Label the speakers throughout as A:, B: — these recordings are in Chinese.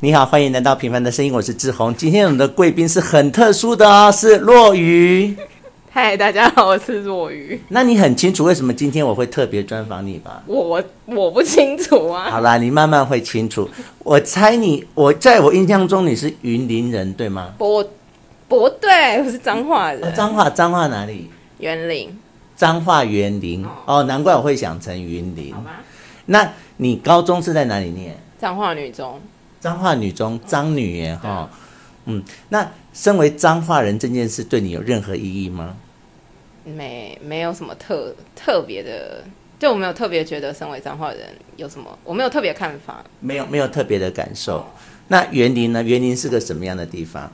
A: 你好，欢迎来到《平凡的声音》，我是志宏。今天我们的贵宾是很特殊的哦，是落雨。
B: 嗨，大家好，我是若愚。
A: 那你很清楚为什么今天我会特别专访你吧？
B: 我我我不清楚啊，
A: 好啦，你慢慢会清楚。我猜你，我在我印象中你是云林人对吗？
B: 不不对，我是彰化
A: 哦
B: 人，
A: 彰化，彰化哪里？
B: 园林，
A: 彰化园林哦，难怪我会想成云林
B: 好。吧？
A: 那你高中是在哪里念？
B: 彰化女中，
A: 彰化女中，彰女耶哈、嗯，那身为彰化人这件事对你有任何意义吗？
B: 没没有什么特特别的，就我没有特别觉得身为彰化人有什么，我没有特别看法。
A: 没有，没有特别的感受。那园林呢？园林是个什么样的地方？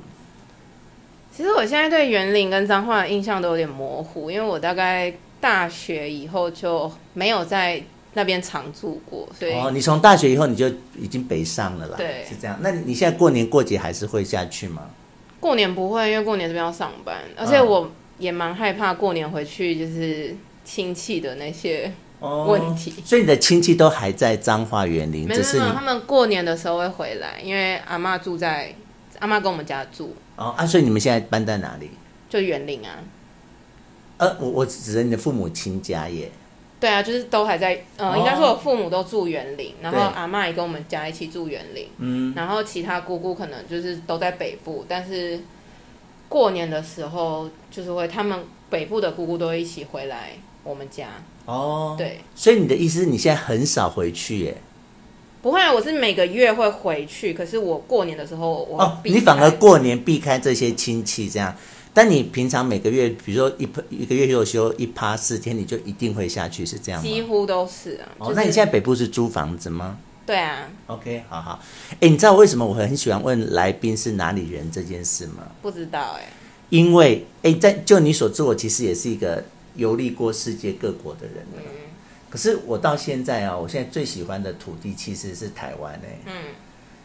B: 其实我现在对园林跟彰化的印象都有点模糊，因为我大概大学以后就没有在那边常住过，所以
A: 哦，你从大学以后你就已经北上了啦，
B: 对
A: 是这样。那你现在过年过节还是会下去吗？
B: 过年不会，因为过年这边要上班，而
A: 啊
B: 且我也蛮害怕过年回去就是亲戚的那些
A: 哦
B: 问题。
A: 所以你的亲戚都还在彰化园林，
B: 没
A: 只
B: 有
A: 是
B: 没
A: 你
B: 有，他们过年的时候会回来，因为阿嬷住在阿嬷跟我们家住，
A: 哦啊，所以你们现在搬在哪里？
B: 就园林啊。
A: 呃，我我指着你的父母亲家耶。
B: 对啊，就是都还在，呃，
A: 哦
B: 应该说我父母都住园林，然后
A: 对
B: 阿嬷也跟我们家一起住园林，
A: 嗯，
B: 然后其他姑姑可能就是都在北部，但是过年的时候就是会他们北部的姑姑都会一起回来我们家，
A: 哦，
B: 对。
A: 所以你的意思是你现在很少回去耶？
B: 不会啊，我是每个月会回去，可是我过年的时候我
A: 哦，
B: 避开
A: 你反而过年避开这些亲戚这样。但你平常每个月，比如说一一个月就休一趴四天，你就一定会下去，是这样吗？
B: 几乎都是啊。
A: 哦
B: 就，是
A: 那你现在北部是租房子吗
B: 对啊，
A: ？OK，好好。哎，你知道为什么我很喜欢问来宾是哪里人这件事吗？
B: 不知道哎、
A: 因为哎，在就你所知，我其实也是一个游历过世界各国的人了。
B: 嗯
A: 可是我到现在啊，我现在最喜欢的土地其实是台湾哎、
B: 嗯，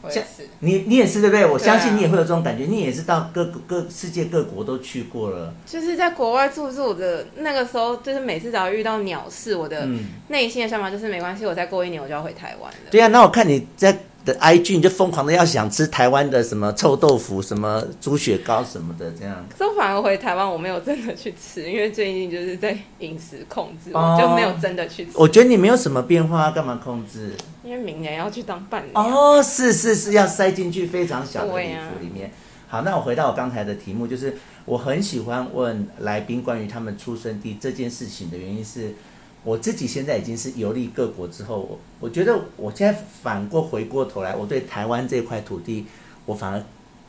B: 我
A: 也
B: 也是。
A: 你你也是对不对？我
B: 对啊
A: 相信你也会有这种感觉，你也是到各各世界各国都去过了。
B: 就是在国外住住的那个时候，就是每次只要遇到鸟事，我的
A: 嗯
B: 内心的想法就是没关系，我再过一年我就要回台湾了。
A: 对啊，那我看你在的 IG，你就疯狂的要想吃台湾的什么臭豆腐、什么猪血糕什么的，这样。
B: 可是我反而回台湾，我没有真的去吃，因为最近就是在饮食控制，
A: 哦
B: 我就没有真的去吃，
A: 我觉得你没有什么变化，干嘛控制？
B: 因为明年要去当伴娘。
A: 哦，是是是，要塞进去非常小的
B: 对
A: 礼
B: 啊
A: 服里面。好，那我回到我刚才的题目，就是我很喜欢问来宾关于他们出生地这件事情的原因是，我自己现在已经是游历各国之后，我我觉得我现在反过回过头来，我对台湾这块土地，我反而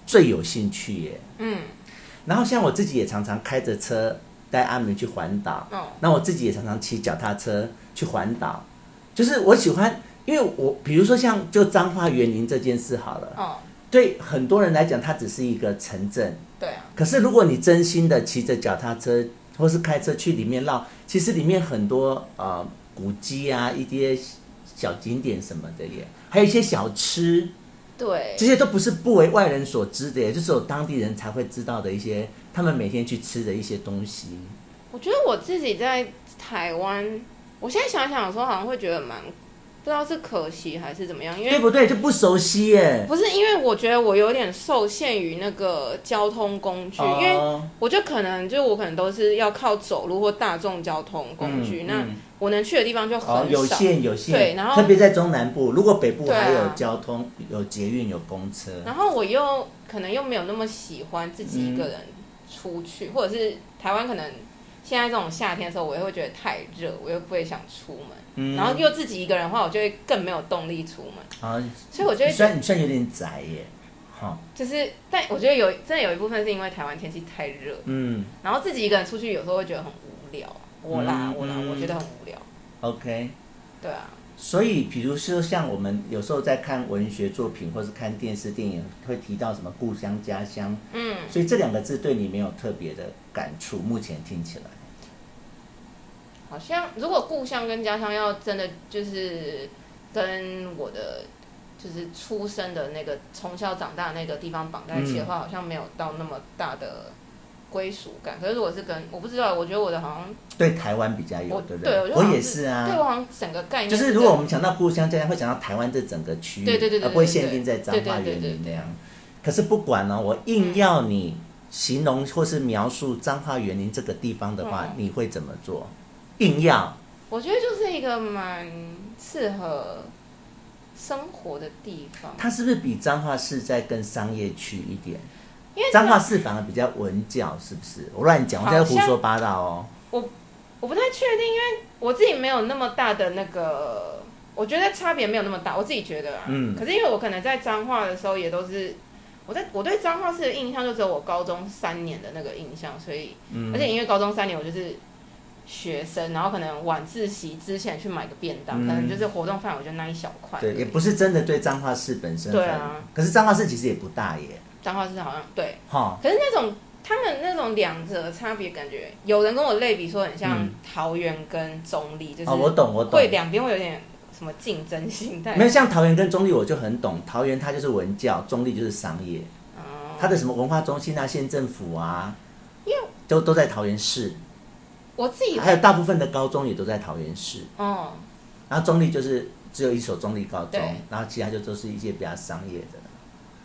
A: 最有兴趣耶。
B: 嗯，
A: 然后像我自己也常常开着车带阿明去环岛，
B: 哦
A: 那我自己也常常骑脚踏车去环岛，就是我喜欢，因为我比如说像就彰化园林这件事好了，
B: 哦，
A: 对很多人来讲它只是一个城镇，
B: 对啊，
A: 可是如果你真心的骑着脚踏车或是开车去里面绕，其实里面很多呃古迹啊，一些小景点什么的耶，还有一些小吃，
B: 对
A: 这，些都不是不为外人所知的耶，就只有当地人才会知道的一些他们每天去吃的一些东西。
B: 我觉得我自己在台湾，我现在想想的时候，好像会觉得蛮不知道是可惜还是怎么样，因
A: 对
B: 为
A: 不对？就不熟悉耶。
B: 不是因为我觉得我有点受限于那个交通工具，因为
A: 哦
B: 我就可能就我可能都是要靠走路或大众交通工具，
A: 嗯
B: 那
A: 嗯
B: 我能去的地方就
A: 哦，
B: 很
A: 有
B: 少。
A: 限有限，
B: 对然后
A: 特别在中南部，如果北部
B: 对啊
A: 还有交通、有捷运、有公车，
B: 然后我又可能又没有那么喜欢自己一个人出去，
A: 嗯
B: 或者是台湾可能现在这种夏天的时候，我也会觉得太热，我又不会想出门。
A: 嗯
B: 然后又自己一个人的话，我就会更没有动力出门。
A: 啊，
B: 所以我就会
A: 你算你算有点窄耶，好、
B: 就是，但我觉得有真的有一部分是因为台湾天气太热，
A: 嗯
B: 然后自己一个人出去有时候会觉得很无聊。我啦
A: 嗯，
B: 我啦，
A: 嗯
B: 我觉得很无聊。
A: ，OK。
B: 对啊，
A: 所以，比如说像我们有时候在看文学作品，或是看电视电影，会提到什么故乡、家乡，
B: 嗯，
A: 所以这两个字对你没有特别的感触。目前听起来，
B: 好像如果故乡跟家乡要真的就是跟我的就是出生的那个从小长大的那个地方绑在一起的话，好像没有到那么大的归属感。可是如果是跟我不知道，我觉得我的好像
A: 对台湾比较有，
B: 我
A: 对不
B: 对我觉得
A: 我
B: 好像
A: 也是啊，
B: 对我好像整个概念
A: 就是
B: 跟
A: 如果我们想到故乡家乡，会想到台湾这整个区域，
B: 对对对对对
A: 而不会限定在彰化
B: 对对
A: 园
B: 对对
A: 林那样。可是不管呢、我硬要你形容或是描述彰化园林这个地方的话，
B: 嗯
A: 你会怎么做？硬要
B: 我觉得就是一个蛮适合生活的地方。
A: 它是不是比彰化市再更商业区一点？
B: 因为
A: 彰化市反而比较文教，是不是？我乱讲，我在
B: 好
A: 胡
B: 像
A: 说八道哦。
B: 我不太确定，因为我自己没有那么大的那个，我觉得差别没有那么大，我自己觉得啊。
A: 嗯
B: 可是因为我可能在彰化的时候也都是，我在我对彰化市的印象就只有我高中三年的那个印象，所以，
A: 嗯
B: 而且因为高中三年我就是学生，然后可能晚自习之前去买个便当，
A: 嗯
B: 可能就是活动范围就那一小块。
A: 对，也不是真的对彰化市本身。
B: 对啊。
A: 可是彰化市其实也不大耶，
B: 彰化市好像对，
A: 哈。
B: 可是那种他们那种两者的差别，感觉有人跟我类比说很像
A: 嗯
B: 桃园跟中立，就是
A: 哦，我懂，我懂。
B: 会两边会有点什么竞争心态。
A: 没有像桃园跟中立，我就很懂。桃园它就是文教，中立就是商业。
B: 哦
A: 它的什么文化中心啊、县政府啊，都都在桃园市，
B: 我自己
A: 还有大部分的高中也都在桃园市。
B: 哦，
A: 然后中立就是只有一所中立高中
B: 对，
A: 然后其他就都是一些比较商业的。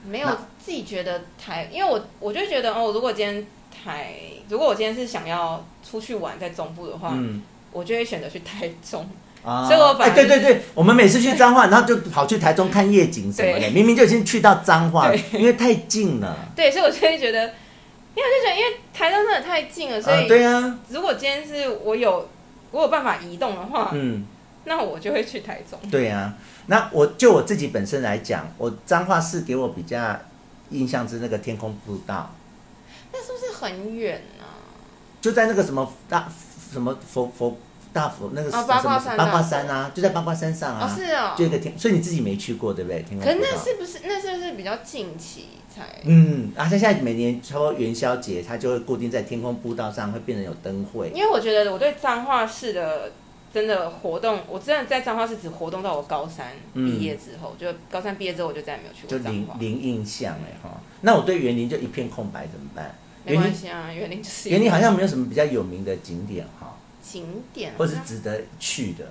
B: 没有
A: 那
B: 自己觉得台，因为我我就觉得哦，如果今天台，如果我今天是想要出去玩在中部的话，
A: 嗯
B: 我就会选择去台中。
A: 啊
B: 所以我反
A: 哎，对对对，我们每次去彰 化，然后就跑去台中看夜景什么的，
B: 对
A: 明明就已经去到彰化了，因为太近了。
B: 对，所以我就会觉得，因为我就觉得，因为台中真的太近了，所
A: 啊，
B: 以
A: 对啊，
B: 如果今天是我有我有办法移动的话，
A: 嗯。
B: 那我就会去台中。
A: 对啊，那我就我自己本身来讲，我彰化市给我比较印象是那个天空步道，
B: 那是不是很远啊呢、
A: 就在那个什么大什么佛佛大佛那个什
B: 哦
A: 么
B: 八卦
A: 什么
B: 山
A: 八
B: 那
A: 卦山啊，就在八卦山上啊，
B: 哦，是哦。
A: 就一个天，所以你自己没去过对不对？天空
B: 可是
A: 步
B: 那
A: 道。
B: 是不是那是不是比较近期才？
A: 嗯，啊，像现在每年差不多元宵节，它就会固定在天空步道上，会变成有灯会。
B: 因为我觉得我对彰化市的真的活动，我真的在彰化市只活动到我高三
A: 嗯
B: 毕业之后，就高三毕业之后我就再也没有去
A: 就
B: 过彰
A: 零
B: 化。
A: 零印象哎哈，那我对园林就一片空白，怎么办？
B: 没
A: 园
B: 关
A: 林
B: 系啊，园林就是
A: 园林好像没有什么比较有名的景点哈，
B: 景点，啊
A: 或是值得去的。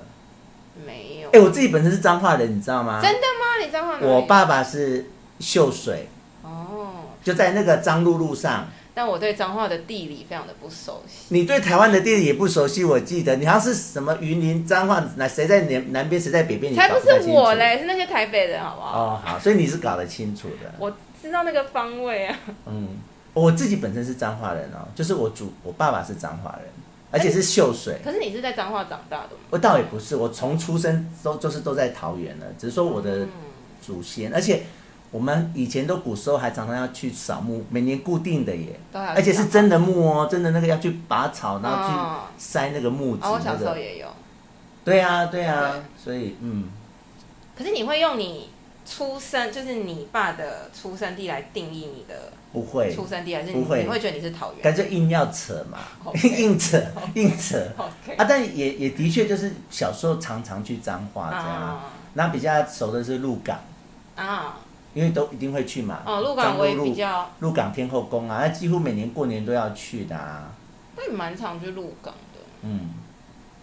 B: 没有。
A: 哎、我自己本身是彰化人，你知道吗？
B: 真的吗？你彰化哪里
A: 我爸爸是秀水，
B: 哦，
A: 就在那个彰鹿路上。
B: 但我对彰化的地理非常的不熟悉。
A: 你对台湾的地理也不熟悉，我记得你好像是什么云林彰化，哪谁在南南边，谁在北边，你
B: 才
A: 搞
B: 不
A: 太
B: 是
A: 清楚
B: 我。嘞，是那些台北人，好不好？
A: 哦，好，所以你是搞得清楚的。
B: 我知道那个方位啊。
A: 嗯，我自己本身是彰化人哦，就是我祖我爸爸是彰化人，而且是秀水。
B: 可是你是在彰化长大的吗？
A: 我倒也不是，我从出生都就是都在桃园了，只是说我
B: 嗯
A: 的祖先，而且我们以前都古时候还常常要去扫墓，每年固定的耶。
B: 都还有
A: 而且是
B: 彰化
A: 真的木哦，真的那个要去拔草，然后去
B: 哦
A: 塞那个木质
B: 啊，我
A: 那
B: 小时候
A: 个。
B: 也有。
A: 对啊，对啊，所以嗯，
B: 可是你会用你出生，就是你爸的出生地来定义你的
A: 不会
B: 出，生地，还是你
A: 不会
B: 你会觉得你是桃园
A: 感觉硬要扯嘛
B: OK
A: 硬扯，硬扯
B: ？OK
A: 啊！但也也的确就是小时候常常去彰化这样，
B: 啊
A: 那比较熟的是鹿港，
B: 啊
A: 因为都一定会去嘛。
B: 哦，鹿港
A: 彰
B: 我也
A: 嗯鹿
B: 比较，
A: 鹿港天后宫啊，那几乎每年过年都要去的啊。
B: 但蛮常去鹿港的
A: 嗯，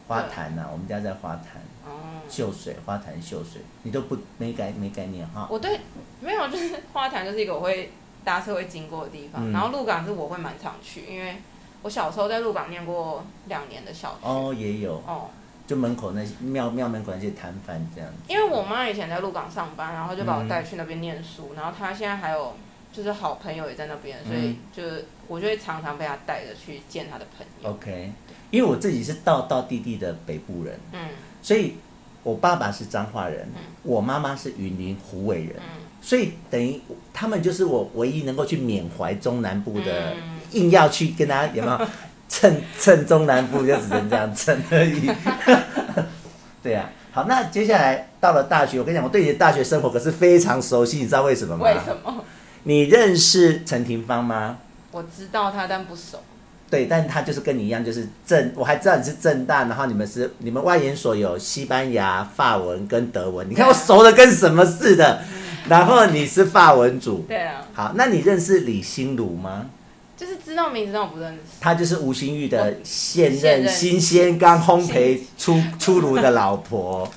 A: 花坛啊，我们家在花坛
B: 哦。
A: 秀水，花坛秀水，你都不没概没概念哈。
B: 我对没有，就是 花坛就是一个我会搭车会经过的地方，
A: 嗯
B: 然后鹿港是我会蛮常去，因为我小时候在鹿港念过两年的小学。
A: 哦，也有，
B: 哦
A: 就门口那些庙庙门口那些摊贩这样子。
B: 因为我妈以前在鹿港上班，然后就把我带去那边念书，
A: 嗯
B: 然后她现在还有就是好朋友也在那边，所
A: 嗯
B: 以就是我就会常常被她带着去见她的朋友。
A: OK，因为我自己是道道地地的北部人，
B: 嗯
A: 所以我爸爸是彰化人，
B: 嗯
A: 我妈妈是云林虎尾人，
B: 嗯，
A: 所以等于他们就是我唯一能够去缅怀中南部的，
B: 嗯
A: 硬要去跟他有没 有蹭蹭中南部，就只能这样蹭而已。 对啊，好，那接下来到了大学，我跟你讲，我对你的大学生活可是非常熟悉，你知道为什么吗？
B: 为什么？
A: 你认识陈廷芳吗？
B: 我知道她，但不熟。
A: 对，但他就是跟你一样，就是正，我还知道你是正大，然后你们是你们外研所有西班牙、法文跟德文，你看我熟的跟什么似的。然后你是法文组，
B: 对啊，
A: 好，那你认识李心如吗？
B: 就是知道名字但我不认识。
A: 她就是吴新玉的现
B: 现
A: 任
B: 任
A: 新鲜刚烘焙出出炉的老婆。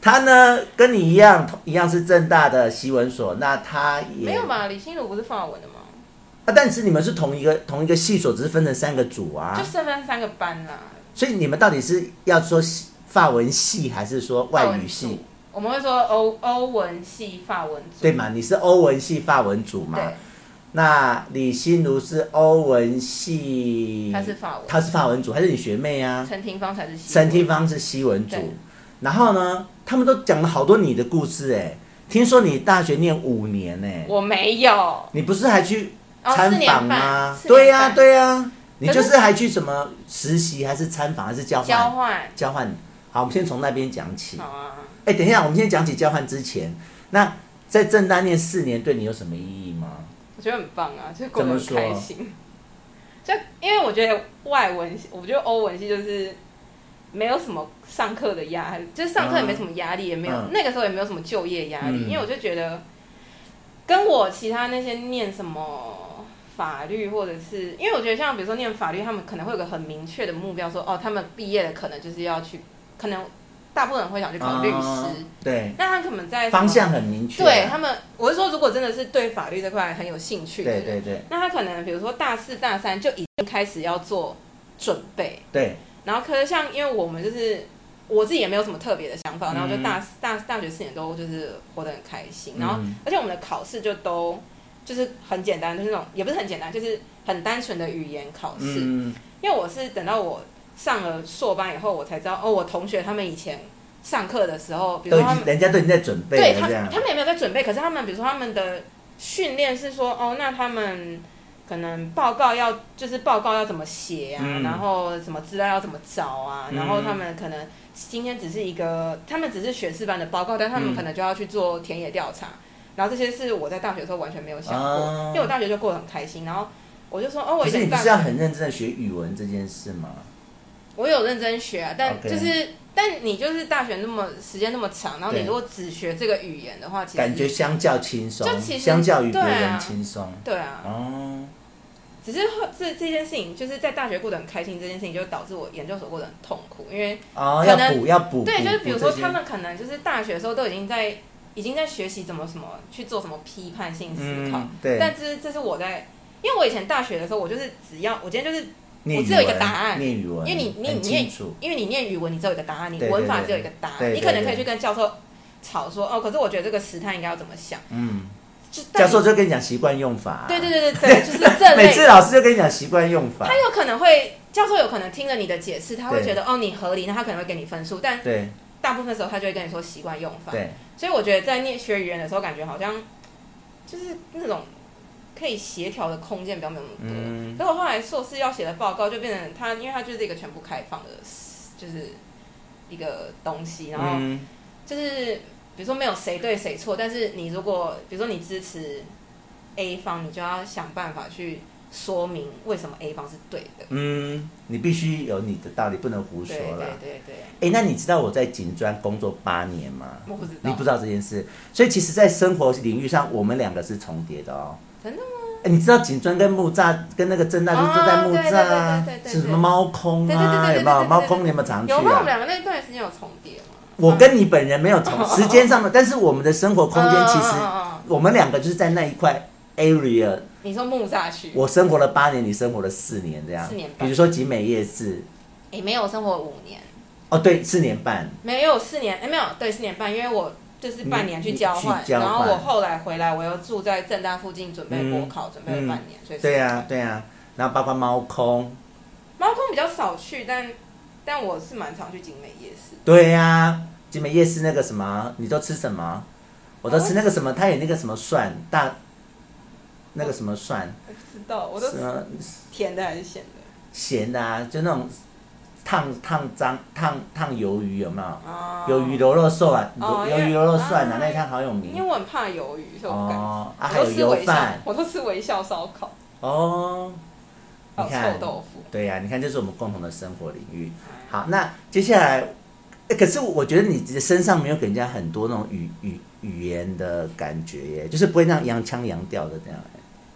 A: 她呢，跟你一样，同一样是正大的习文所。那她也
B: 没有吧？李心如不是法文的吗？
A: 啊，但是你们是同一个同一个系所，只是分成三个组啊
B: 就。剩分三个班啦。
A: 所以你们到底是要说系法文系，还是说
B: 法
A: 外
B: 文
A: 语系
B: 组？，我们会说欧欧文系、法文组，
A: 对嘛？你是欧文系法文组嘛？
B: 嗯对，
A: 那李心如是欧文系，
B: 他是法文，
A: 她是法文组，还是你学妹啊？
B: 陈廷芳才是西
A: 陈
B: 文
A: 廷芳是西文组
B: 对，
A: 然后呢，他们都讲了好多你的故事哎、听说你大学念五年哎、
B: 我没有，
A: 你不是还去
B: 哦，
A: 参
B: 四年
A: 访
B: 半，
A: 吗？
B: 四年
A: 对呀、
B: 半
A: 对呀、你
B: 可
A: 就是是还去什么实习还是参访还是交
B: 交
A: 换？
B: 换，
A: 交换。好，我们先从那边讲起。
B: 好啊。
A: 哎，等一下，我们先讲起交换之前，那在正大念四年对你有什么意义吗？
B: 我觉得很棒啊，就过得很
A: 怎么说
B: 开心。 就因为我觉得外文系，我觉得欧文系就是没有什么上课的压，就是上课也没什么压力，也没有、
A: 嗯
B: 那个时候也没有什么就业压力，
A: 嗯
B: 因为我就觉得跟我其他那些念什么法律或者是，因为我觉得像比如说念法律，他们可能会有个很明确的目标说哦，他们毕业了可能就是要去，可能大部分人会想去考律师，
A: 啊对，
B: 那他可能在什么
A: 方向很明确。啊
B: 对他们，我是说如果真的是对法律这块很有兴趣的
A: 对
B: 人。
A: 对对
B: 那他可能比如说大四、大三就已经开始要做准备，
A: 对，
B: 然后可是像因为我们就是我自己也没有什么特别的想法，
A: 嗯
B: 然后就大大大学四年都就是活得很开心，然后
A: 嗯
B: 而且我们的考试就都就是很简单，就是那种也不是很简单，就是很单纯的语言考试。
A: 嗯，
B: 因为我是等到我上了硕班以后，我才知道哦，我同学他们以前上课的时候，比如
A: 都
B: 说
A: 已
B: 他们
A: 经人家都已经在准
B: 对
A: 备了
B: 他
A: 这样
B: 他。们也没有在准备，可是他们比如说他们的训练是说，哦，那他们可能报告要就是报告要怎么写啊，
A: 嗯
B: 然后什么资料要怎么找啊，
A: 嗯
B: 然后他们可能今天只是一个，他们只是学士班的报告，但他
A: 嗯
B: 们可能就要去做田野调查，然后这些是我在大学的时候完全没有想过，
A: 啊
B: 因为我大学就过得很开心，然后我就说，哦，我
A: 可
B: 以
A: 是你
B: 前
A: 不
B: 大
A: 是要很认真的学语文这件事吗？
B: 我有认真学啊，但
A: OK
B: 就是但你就是大学那么时间那么长，然后你
A: 对
B: 如果只学这个语言的话，其实
A: 感觉相较轻松
B: 就，其实
A: 相较于别
B: 对啊
A: 人轻松。
B: 对啊，
A: 哦，
B: 只是后这这件事情，就是在大学过得很开心，这件事情就导致我研究所过得很痛苦，因为
A: 哦，
B: 可
A: 要
B: 能
A: 补要补，
B: 对，
A: 补
B: 就是比如说
A: 补这些
B: 他们可能就是大学的时候都已经在已经在学习怎么什么去做什么批判性思考，
A: 嗯，对，
B: 但这是这是我在，因为我以前大学的时候，我就是只要我今天就是
A: 念
B: 我
A: 语
B: 只有一个
A: 文
B: 答案
A: 念语文，
B: 因为你你
A: 很
B: 你也
A: 清楚，
B: 因为你念语文，你只有一个答案，你
A: 对对
B: 文法
A: 对
B: 只有一个答案，
A: 对对
B: 你可能
A: 对
B: 可以去跟教授吵说哦，可是我觉得这个时态应该要怎么想，
A: 嗯，
B: 就但
A: 教授就跟你讲习惯用法啊，
B: 对对对对对，就是这
A: 每
B: 类
A: 次老师就跟你讲习惯用法
B: 他，有可能会，教授有可能听了你的解释，他会
A: 对
B: 觉得哦你合理，那他可能会给你分数，但
A: 对
B: 大部分时候他就会跟你说习惯用法。
A: 对，
B: 所以我觉得在念学语言的时候，感觉好像就是那种可以协调的空间比较没有那么多。
A: 嗯，
B: 可是我后来硕士要写的报告就变成它，因为它就是一个全部开放的，就是一个东西，然后
A: 嗯
B: 就是比如说没有谁对谁错，但是你如果比如说你支持 A 方，你就要想办法去说明为什么 A 方是对的。
A: 嗯，你必须有你的道理，不能胡说
B: 对对
A: 啦。
B: 对对，
A: 哎，那你知道我在警专工作八年吗？
B: 我不知道，
A: 你不知道这件事，所以其实，在生活领域上，我们两个是重叠的哦。
B: 真的吗？
A: 哎，你知道警专跟木栅跟那个正大就是都在木栅啊
B: 哦对对对对对，对
A: 是什么猫空
B: 对对对对
A: 啊？有没有
B: 对对对对对
A: 猫空？你有没有常去
B: 有吗？我们
A: 啊？
B: 两个那段时间有重叠吗？
A: 我跟你本人没有重时间上的，但是我们的生活空间其实
B: 嗯嗯嗯嗯
A: 我们两个就是在那一块 area
B: 你说木栅区，
A: 我生活了八年，你生活了四年，这样。
B: 四年半
A: 比如说集美夜市，
B: 诶没有生活五年，
A: 哦，对，四年半。
B: 没有四年，诶没有对四年半，因为我就是半年去交
A: 你
B: 换，
A: 去交换
B: 然后我后来回来，我又住在正大附近准备国考，准备了半年，所以
A: 嗯对啊呀、对呀、然后包括猫空，
B: 猫空比较少去，但但我是蛮常去景美夜市，
A: 对呀、集美夜市那个什么，你都吃什么？我都
B: 哦
A: 吃那个什么，它有那个什么蒜大，那个什么蒜，
B: 我不知道我都
A: 什么
B: 甜的还是咸的
A: 咸的啊，就那种烫烫脏烫烫鱿鱼有没有？
B: 啊
A: 鱿鱼，牛肉蒜啊，
B: 哦
A: 鱿
B: 因
A: 鱿
B: 为
A: 鱼牛肉蒜啊
B: 啊，
A: 那一摊好有
B: 因为
A: 名
B: 我很怕鱿鱼，所以我不敢。
A: 哦啊，还有
B: 我都吃
A: 油
B: 微笑
A: 饭，
B: 我都吃微笑烧烤，
A: 哦。
B: 还
A: 你
B: 有
A: 看
B: 臭豆腐。
A: 对呀、你看，这是我们共同的生活领域。好，那接下来，诶可是我觉得你的身上没有给人家很多那种语语语言的感觉耶，就是不会那样洋腔洋调的这样。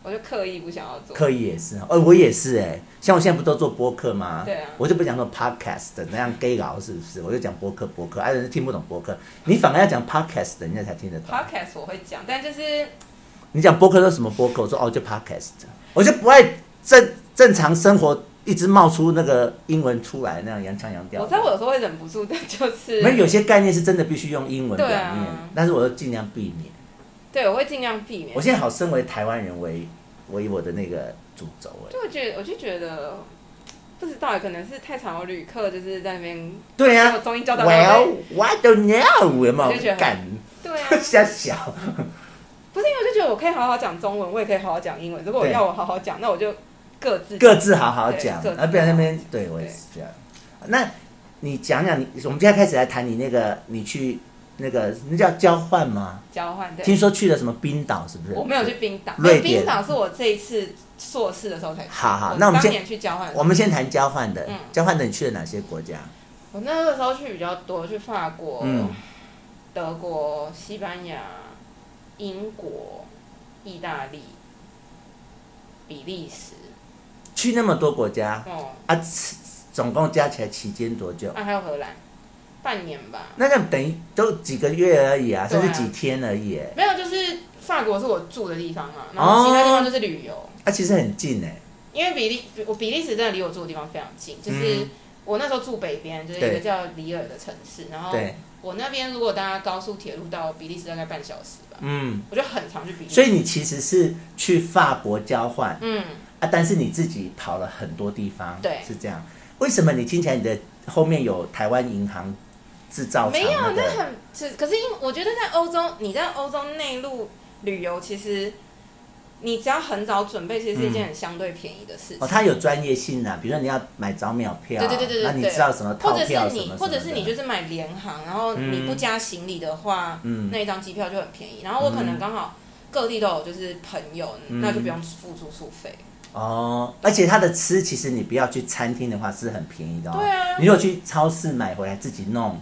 B: 我就刻意不想要做。
A: 刻意也是，呃，我也是哎、像我现在不都做播客吗？
B: 对啊
A: 我就不讲说 podcast 的那样 gay 佬是不是？我就讲播客播客，哎、人家听不懂播客，你反而要讲 podcast 的，人家才听得懂。
B: Podcast 我会讲，但就是
A: 你讲播客都什么播客？我说哦，就 podcast，我就不爱正正常生活一直冒出那个英文出来那样洋腔洋调
B: 我
A: 的。
B: 知道我有时候会忍不住，但就是
A: 没有有些概念是真的必须用英文表
B: 对
A: 面，
B: 啊
A: 但是我都尽量避免。
B: 对我会尽量避免
A: 我。现在好身为台湾人为为我的那个主轴 哎。
B: 就我觉得，我就觉得不知道，可能是太常有旅客就是在那边
A: 对
B: 给
A: 呀、啊。
B: 我综艺教导我
A: Well, I don't know，有没
B: 就觉
A: 有
B: 得
A: 干？
B: 对啊，
A: 瞎小，
B: 不是因为我就觉得我可以好好讲中文，我也可以好好讲英文。如果我
A: 对
B: 要我好好讲，那我就各自
A: 各自好好讲，
B: 对各自
A: 而不要在那边。对我也是这样。那你讲讲你，我们现在开始来谈你那个，你去那个那叫交换吗？
B: 交换。对，
A: 听说去了什么冰岛，是不是？
B: 我没有去。冰岛，
A: 瑞典
B: 冰岛是我这一次硕士的时候才去。
A: 好好那我们
B: 当
A: 先
B: 年去交换的时候，
A: 我们先谈交换的，
B: 嗯
A: 交换的你去了哪些国家？
B: 我那个时候去比较多，去法国、
A: 嗯
B: 德国、西班牙、英国、意大利、比利时，
A: 去那么多国家
B: 哦，
A: 啊，吃总共加起来期间多久？
B: 啊，还有荷兰，半年吧。
A: 那这样等于都几个月而已啊，
B: 对
A: 甚
B: 啊
A: 至几天而已耶。
B: 没有，就是法国是我住的地方嘛，
A: 哦
B: 然后其他地方就是旅游。
A: 啊，其实很近哎。
B: 因为比利，我比利时真的离我住的地方非常近，就是
A: 嗯
B: 我那时候住北边，就是一
A: 对
B: 个叫里尔的城市，然后
A: 对，
B: 我那边如果搭高速铁路到比利时大概半小时吧，
A: 嗯，
B: 我就很常去比利时。
A: 所以你其实是去法国交换
B: 嗯，
A: 啊，但是你自己跑了很多地方，
B: 对
A: 是这样。为什么你听起来你的后面有台湾银行制造厂
B: 没有，
A: 那
B: 那
A: 个？
B: 很是，可是因我觉得在欧洲，你在欧洲内陆旅游，其实你只要很早准备，其实是一件很相对便宜的事情。
A: 嗯哦，它有专业性啊，比如说你要买早秒票，啊
B: 对对对对对
A: 那你
B: 对
A: 知道什么套
B: 或者
A: 票
B: 是
A: 什么
B: 你
A: 什，么
B: 或者是
A: 的
B: 你就是买联航，然后你不加行李的话，
A: 嗯
B: 那一张机票就很便宜。然后我可能刚好各地都有就是朋友，
A: 嗯
B: 那就不用付住宿费。
A: 哦，而且它的吃其实你不要去餐厅的话是很便宜的哦。
B: 对啊
A: 你如果去超市买回来自己弄，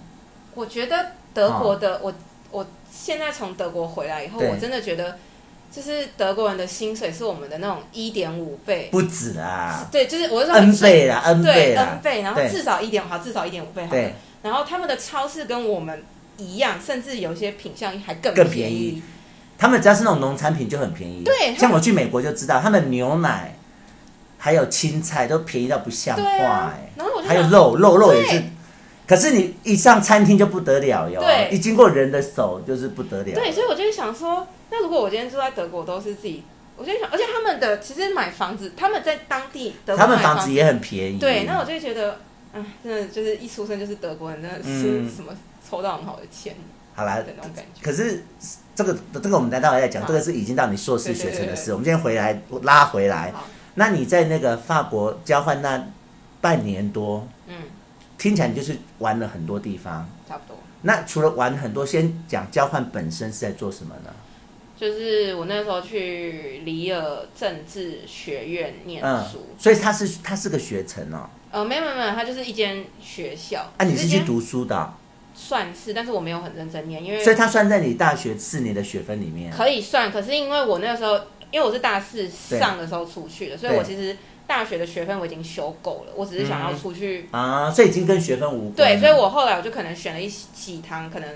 B: 我觉得德国的、我，我现在从德国回来以后，
A: 哦对
B: 我真的觉得就是德国人的薪水是我们的那种一点五倍。
A: 不止啊
B: 对，就是我是说
A: ，N 倍啦，N
B: 对
A: 倍
B: N
A: 啦，
B: 倍，然后
A: 对
B: 至少一点五，好，至少一点五倍，好
A: 对
B: 了。然后他们的超市跟我们一样，甚至有一些品相还更
A: 更
B: 便
A: 便宜。他们只要是那种农产品就很便宜。
B: 对
A: 像我去美国就知道，他们牛奶还有青菜都便宜到不像话、
B: 对啊
A: 哎，
B: 然后我就
A: 还有
B: 想
A: 肉，肉肉也是
B: 对。
A: 可是你一上餐厅就不得了哟，
B: 对
A: 一经过人的手就是不得了。
B: 对，所以我就会想说，那如果我今天住在德国，都是自己，我就会想，而且他们的其实买房子，他们在当地德国
A: 他们
B: 买
A: 房子也很便宜。
B: 对，那我就会觉得，嗯，真的就是一出生就是德国人，真的
A: 嗯
B: 是什么抽到很好的钱
A: 好啦
B: 的，那种感觉。
A: 可是这个这个我们待会再讲，
B: 好
A: 这个是已经到你硕士学程的事。
B: 对对对对
A: 我们先回来拉回来
B: 好，
A: 那你在那个法国交换那半年多，
B: 嗯，
A: 听起来你就是玩了很多地方。
B: 差不多。
A: 那除了玩很多，先讲交换本身是在做什么呢？
B: 就是我那时候去里尔政治学院念
A: 嗯
B: 书，，
A: 所以它是它是个学程哦。
B: 呃，没有没有没有，它就是一间学校。
A: 啊，你
B: 只
A: 是
B: 一间
A: 去读书的哦、
B: 算是，但是我没有很认真念，因为
A: 所以它算在你大学四年的学分里面。
B: 可以算，可是因为我那时候，因为我是大四上的时候出去的，所以我其实大学的学分我已经修够了，我只是想要出去。
A: 啊，所以已经跟学分无关。
B: 对，所以我后来我就可能选了一几堂可能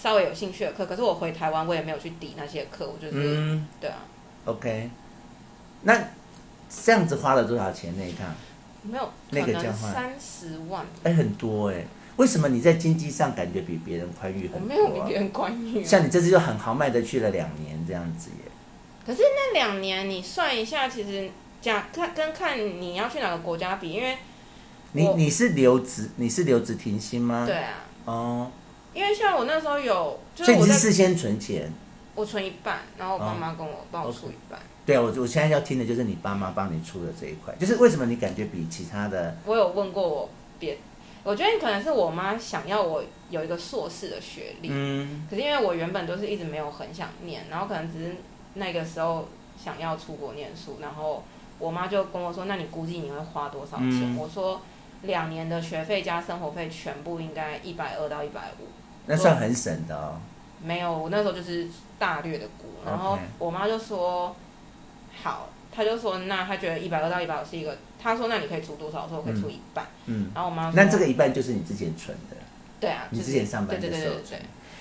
B: 稍微有兴趣的课，可是我回台湾我也没有去抵那些课，我就是、
A: 嗯
B: 对啊，
A: ，OK。那这样子花了多少钱那一趟？
B: 没有
A: 那个
B: 可
A: 交
B: 能
A: 换
B: 三十万，
A: 哎、很多哎、为什么你在经济上感觉比别人宽裕
B: 我
A: 很
B: 没有
A: 多、
B: 比
A: 啊？
B: 别人宽裕啊、
A: 像你这次就很豪迈的去了两年这样子耶。
B: 可是那两年你算一下，其实讲看跟看你要去哪个国家比，因为
A: 你
B: 我
A: 你是留职，你是留职停薪吗？
B: 对。啊，
A: 嗯哦，
B: 因为像我那时候有，就
A: 所
B: 是
A: 以
B: 我
A: 你是
B: 在
A: 事先存钱。
B: 我存一半，然后我爸妈跟我帮我
A: OK
B: 出一半。
A: 对啊，我我现在要听的就是你爸妈帮你出的这一块，就是为什么你感觉比其他的
B: 我有问过我别，我觉得可能是我妈想要我有一个硕士的学历，
A: 嗯
B: 可是因为我原本就是一直没有很想念，然后可能只是那个时候想要出国念书，然后我妈就跟我说：“那你估计你会花多少钱？”
A: 嗯
B: 我说：“两年的学费加生活费全部应该一百二到一百五。”
A: 那算很省的哦。
B: 没有，我那时候就是大略的估，然后
A: OK
B: 我妈就说，好，他就说那他觉得一百二到一百五是一个，他说那你可以出多少？我说我可以出一半。
A: 嗯，
B: 然后我妈
A: 那
B: 说
A: 这个一半就是你之前存的。
B: 对啊，
A: 你
B: 就是
A: 之前上班
B: 对
A: 的
B: 对
A: 时
B: 对
A: 候
B: 对对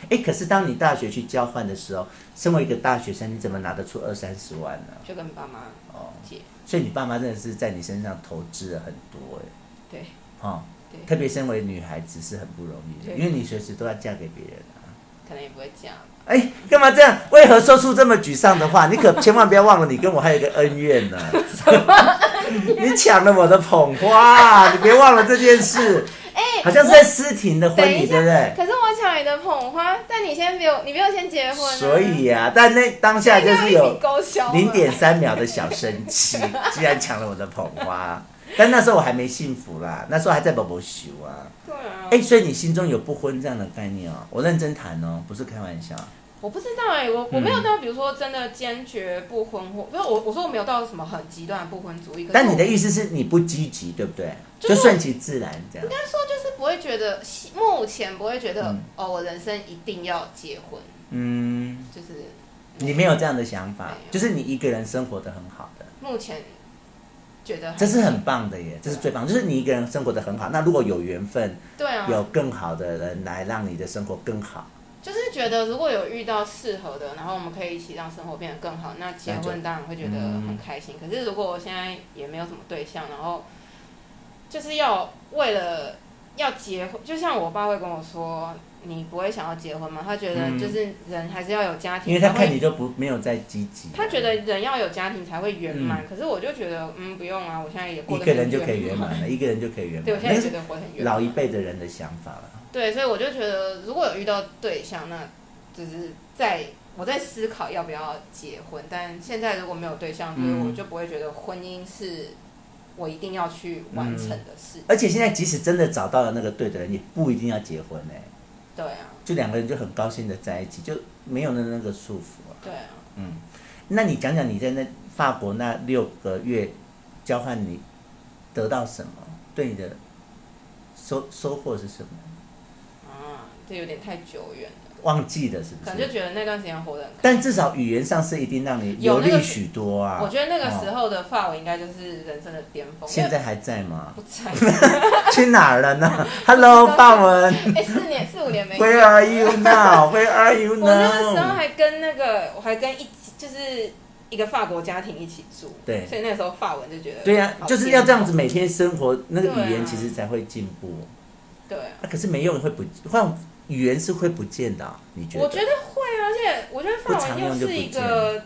B: 对，
A: 哎，可是当你大学去交换的时候，身为一个大学生，你怎么拿得出二三十万呢、
B: 就跟爸妈
A: 哦，
B: 借。
A: 所以你爸妈真的是在你身上投资了很多哎、
B: 对
A: 哦，
B: 对，
A: 特别身为女孩子是很不容易的，
B: 对
A: 因为你随时都要嫁给别人啊。
B: 可能也不会这样。
A: 哎，干嘛这样？为何说出这么沮丧的话？你 可千万不要忘了，你跟我还有一个恩怨呢。 你抢了我的捧花，你别忘了这件事。哎，好像是在思婷的婚
B: 等
A: 礼，对
B: 一下
A: 不对？
B: 可是我抢你的捧花，但你先没有，你没有先结婚、啊，
A: 所以啊，但那当下就是有
B: 勾销嘛
A: 零点三秒的小生气， 居然抢了我的捧花。但那时候我还没幸福啦，那时候还在宝宝修啊。
B: 对啊，
A: 哎、所以你心中有不婚这样的概念哦？我认真谈哦，不是开玩笑。
B: 我不知道哎、我我没有到，比如说真的坚决不婚或，不是我我说我没有到什么很极端的不婚主义，可是
A: 但你的
B: 我
A: 意思是你不积极，对不对？
B: 就是
A: 就
B: 我
A: 顺其自然这样。
B: 应该说就是不会觉得，目前不会觉得、
A: 嗯
B: 哦，我人生一定要结婚，
A: 嗯，
B: 就是
A: 你没有这样的想法
B: 没，有
A: 就是你一个人生活的很好的，
B: 目前觉得还
A: 这是很棒的耶，这是最棒，就是你一个人生活的很好。那如果有缘分，
B: 对啊，
A: 有更好的人来让你的生活更好，
B: 就是觉得如果有遇到适合的，然后我们可以一起让生活变得更好，那结
A: 那
B: 婚
A: 就
B: 当然会觉得很开心。可是如果我现在也没有什么对象，然后就是要为了要结婚，就像我爸会跟我说，你不会想要结婚吗？他觉得
A: 嗯
B: 就是人还是要有家庭，
A: 因为他
B: 才会
A: 看你就不没有在积极。
B: 嗯
A: 啊
B: 他觉得人要有家庭才会圆满，可是我就觉得嗯不用啊，我现在也过
A: 一
B: 得
A: 个
B: 很
A: 人就可以圆
B: 满。
A: 满了，一个人就可以圆
B: 对，我
A: 满，
B: 现
A: 那
B: 在觉
A: 是
B: 得活得很圆满。
A: 老一辈的人的想法了。
B: 对，所以我就觉得，如果有遇到对象，那就是在我在思考要不要结婚。但现在如果没有对象，就是
A: 嗯
B: 我就不会觉得婚姻是我一定要去完成
A: 嗯
B: 的事。
A: 而且现在即使真的找到了那个对的人，也不一定要结婚哎、
B: 对啊，
A: 就两个人就很高兴的在一起，就没有那那个束缚啊。
B: 对啊，
A: 那你讲讲你在那法国那六个月交换，你得到什么？对你的收收获是什么？
B: 啊，这有点太久远了，
A: 忘记了是不？
B: 可能就是觉得那段时间活得很开
A: 但
B: 心。
A: 至少语言上是一定让你
B: 有
A: 流
B: 那个
A: 利许多啊。
B: 我觉得那个时
A: 哦
B: 候的发尾应该就是人生的巅峰。
A: 现
B: 因为
A: 在还在吗？
B: 不在，
A: 去哪儿了呢 ？Hello，范文
B: 哎，四年四五年没
A: ，Where are you now？Where are you
B: 我那个时候
A: now？
B: 还跟那个，我还跟一起，就是一个法国家庭一起住，
A: 对
B: 所以那个时候法文就觉得，
A: 对呀、
B: 好
A: 就是要这样子
B: 艰
A: 每天生活，那个语
B: 对
A: 言
B: 啊
A: 其实才会进步。
B: 苦，对啊，
A: 啊，可是没用会不换语言是会不见的啊、你觉得？
B: 我觉得会啊，而且我觉得法文又是一
A: 不常用就
B: 个，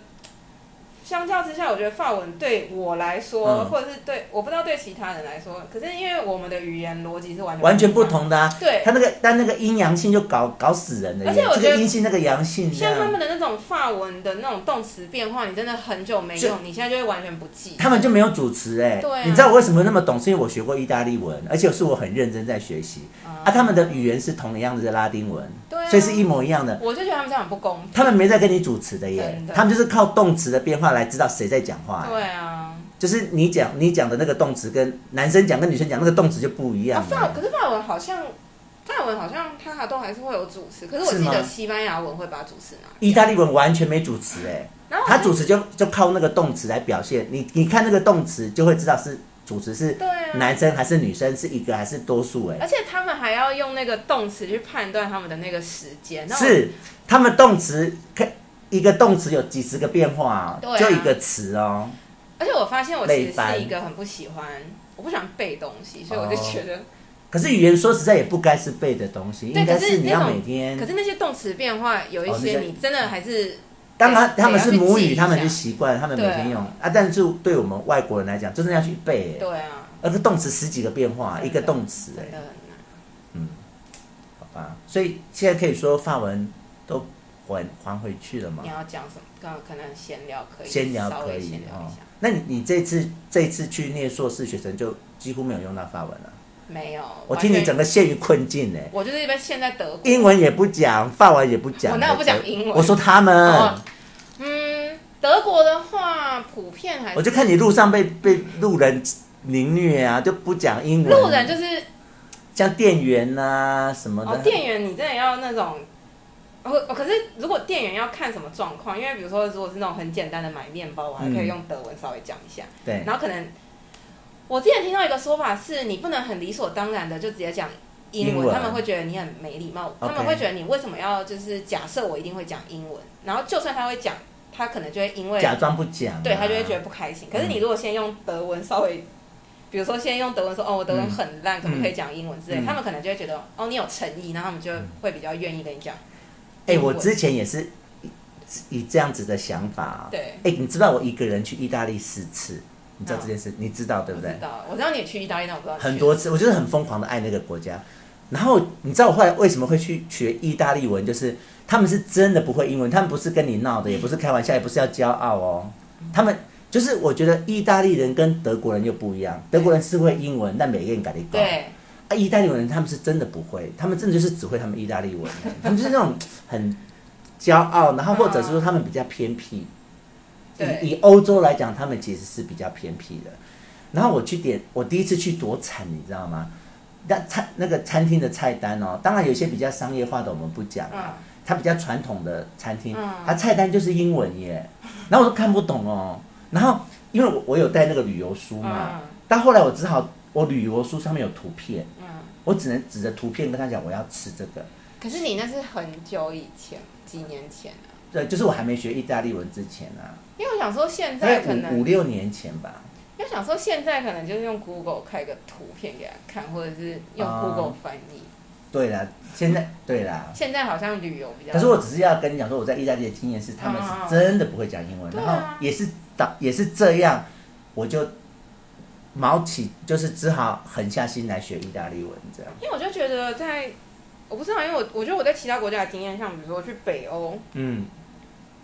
B: 相较之下，我觉得法文对我来说，
A: 嗯
B: 或者是对我不知道对其他人来说，可是因为我们的语言逻辑是完全
A: 完全不
B: 一样
A: 同的啊。
B: 的，对
A: 他。那个但那个阴阳性就搞搞死人了耶，
B: 而且我
A: 这
B: 觉
A: 个
B: 得
A: 阴性那个阳性啊这
B: 像他
A: 样，
B: 们的那种法文的那种动词变化，你真的很久没
A: 就
B: 用，你现在就会完全不记。
A: 他们就没有主持哎、
B: 对啊
A: 你知道我为什么那么懂？是因为我学过意大利文，而且是我很认真在学习啊。他们的语言是同样的拉丁文，
B: 对啊
A: 所以是一模一样的。
B: 我就觉得他们这样很不公平。
A: 他们没在跟你主持的耶
B: 真，的
A: 他们就是靠动词的变化来知道谁在讲话、哎
B: 对啊，
A: 就是你讲你讲的那个动词跟男生讲跟女生讲那个动词就不一
B: 啊，
A: 样、
B: 法可是法文好像法文好像它还都还是会有主持，可是我
A: 是
B: 记
A: 吗
B: 得西班牙文会把主持拿掉。
A: 意大利文完全没主词哎，
B: 然后
A: 它主词就就靠那个动词来表现。你你看那个动词就会知道是主词是
B: 对啊
A: 男生还是女生，是一个还是多数哎。
B: 而且他们还要用那个动词去判断他们的那个时间，那我
A: 是他们动词可一个动词有几十个变化、
B: 对
A: 哦，
B: 啊
A: 就一个词哦。
B: 而且我发现我其
A: 累
B: 实
A: 翻
B: 是一个很不喜欢，我不喜欢背东西，所以我就
A: 哦
B: 觉得，
A: 可是语言说实在也不该是背的东西，
B: 对
A: 应该
B: 可是
A: 你
B: 那
A: 要
B: 种
A: 每天
B: 嗯可。是那些动词变化有一
A: 哦
B: 些
A: 那些
B: 你真的还是
A: 当然
B: 得
A: 他们是母
B: 得要去记
A: 语，
B: 一下
A: 他们是习惯，他们每天
B: 对啊
A: 用啊。但是对我们外国人来讲，真的要去背哎，
B: 对啊，
A: 而个动词十几个变化，一个动词
B: 真
A: 哎
B: 的。很难。
A: 好吧，所以现在可以说法文都还还回去了嘛
B: 你？要讲什么？刚可能闲聊可以，
A: 先聊
B: 稍
A: 可
B: 微
A: 以
B: 闲聊一
A: 哦
B: 下，。
A: 那你你这次这次去念硕士学生就几乎没有用到法文了、
B: 没有，
A: 哦我听你
B: 完全
A: 整个陷于困境呢、
B: 我就是被陷在德国。
A: 英文也不讲，法文也不讲。哎
B: 我哪有不讲英文
A: 我说他们，
B: 哦嗯，德国的话，普遍还
A: 我
B: 是
A: 就看你路上被被路人凌虐啊，就不讲英文。
B: 路人就是
A: 像店员呐、什么的。
B: 哦哦，店员你真的要那种哦，可是如果店员要看什么状况，因为比如说如果是那种很简单的买面包，我还可以用德文稍微讲一下。
A: 对，
B: 然后可能我之前听到一个说法是，你不能很理所当然的就直接讲英文，
A: 英文
B: 他们会觉得你很没礼貌
A: OK
B: 他们会觉得你为什么要就是假设我一定会讲英文，然后就算他会讲，他可能就会因为
A: 假装不讲啊、
B: 对他就会觉得不开心。可
A: 嗯
B: 是你如果先用德文稍微，比如说先用德文说哦，我德文很烂，可不可以讲英文之类，
A: 嗯
B: 他们可能就会觉得哦，你有诚意，然后他们就会比较愿意跟你讲。
A: 哎、
B: 英
A: 我
B: 文
A: 之前也是以以这样子的想法、啊。
B: 对，
A: 哎、你知道我一个人去意大利四次，你知道
B: 嗯
A: 这件事，你知道对不
B: 我
A: 对
B: 知？道，我知道你去意大利，但我不知道你去
A: 很多次，我就是很疯狂的爱那个国家。然后你知道我后来为什么会去学意大利文？就是他们是真的不会英文，他们不是跟你闹
B: 嗯
A: 的，也不是开玩笑，也不是要骄傲哦。他们就是我觉得意大利人跟德国人又不一样，德国人是会英文，但每个人敢你搞。
B: 对，
A: 啊，意大利人他们是真的不会，他们真的就是只会他们意大利文，他们就是那种很骄傲，然后或者是说他们比较偏僻。
B: 对
A: 以以欧洲来讲，他们其实是比较偏僻的。然后我去点，我第一次去多惨，你知道吗？那餐那个餐厅的菜单哦，当然有些比较商业化的我们不讲啊，
B: 嗯，
A: 它比较传统的餐厅
B: 嗯，
A: 它菜单就是英文 耶，然后我都看不懂哦。然后因为我我有带那个旅游书嘛，
B: 嗯
A: 但后来我只好我旅游书上面有图片，
B: 嗯。
A: 我只能指着图片跟他讲我要吃这个。
B: 可是你那是很久以前，几年前啊
A: 对，就是我还没学意大利文之前啊，
B: 因为我想说现
A: 大
B: 在
A: 概
B: 可能
A: 五五，六年前吧。
B: 因为想说现在可能就是用 Google 开个图片给他看，或者是用
A: 啊
B: Google 翻译。
A: 对啦，现在对啦。
B: 现在好像旅游比较，
A: 可是我只是要跟你讲说，我在意大利的经验是，他们
B: 哦哦哦
A: 是真的不会讲英文，
B: 对
A: 然
B: 啊
A: 后也是导也是这样，我就毛起就是只好狠下心来学意大利文这样。
B: 因为我就觉得在，我不知道，因为我我觉得我在其他国家的经验，像比如说去北欧，
A: 嗯，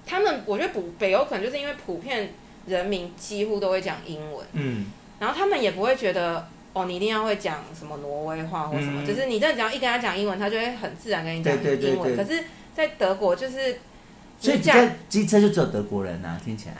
B: 他们我觉得普北欧可能就是因为普遍人民几乎都会讲英文，
A: 嗯，
B: 然后他们也不会觉得哦，你一定要会讲什么挪威话或什么，
A: 嗯
B: 就是你真的只要一跟他讲英文，他就会很自然跟你讲英
A: 对
B: 文。
A: 对对对
B: 可是，在德国就是，
A: 所以比
B: 只是
A: 较
B: 讲
A: 机车就只有德国人啊，听起来。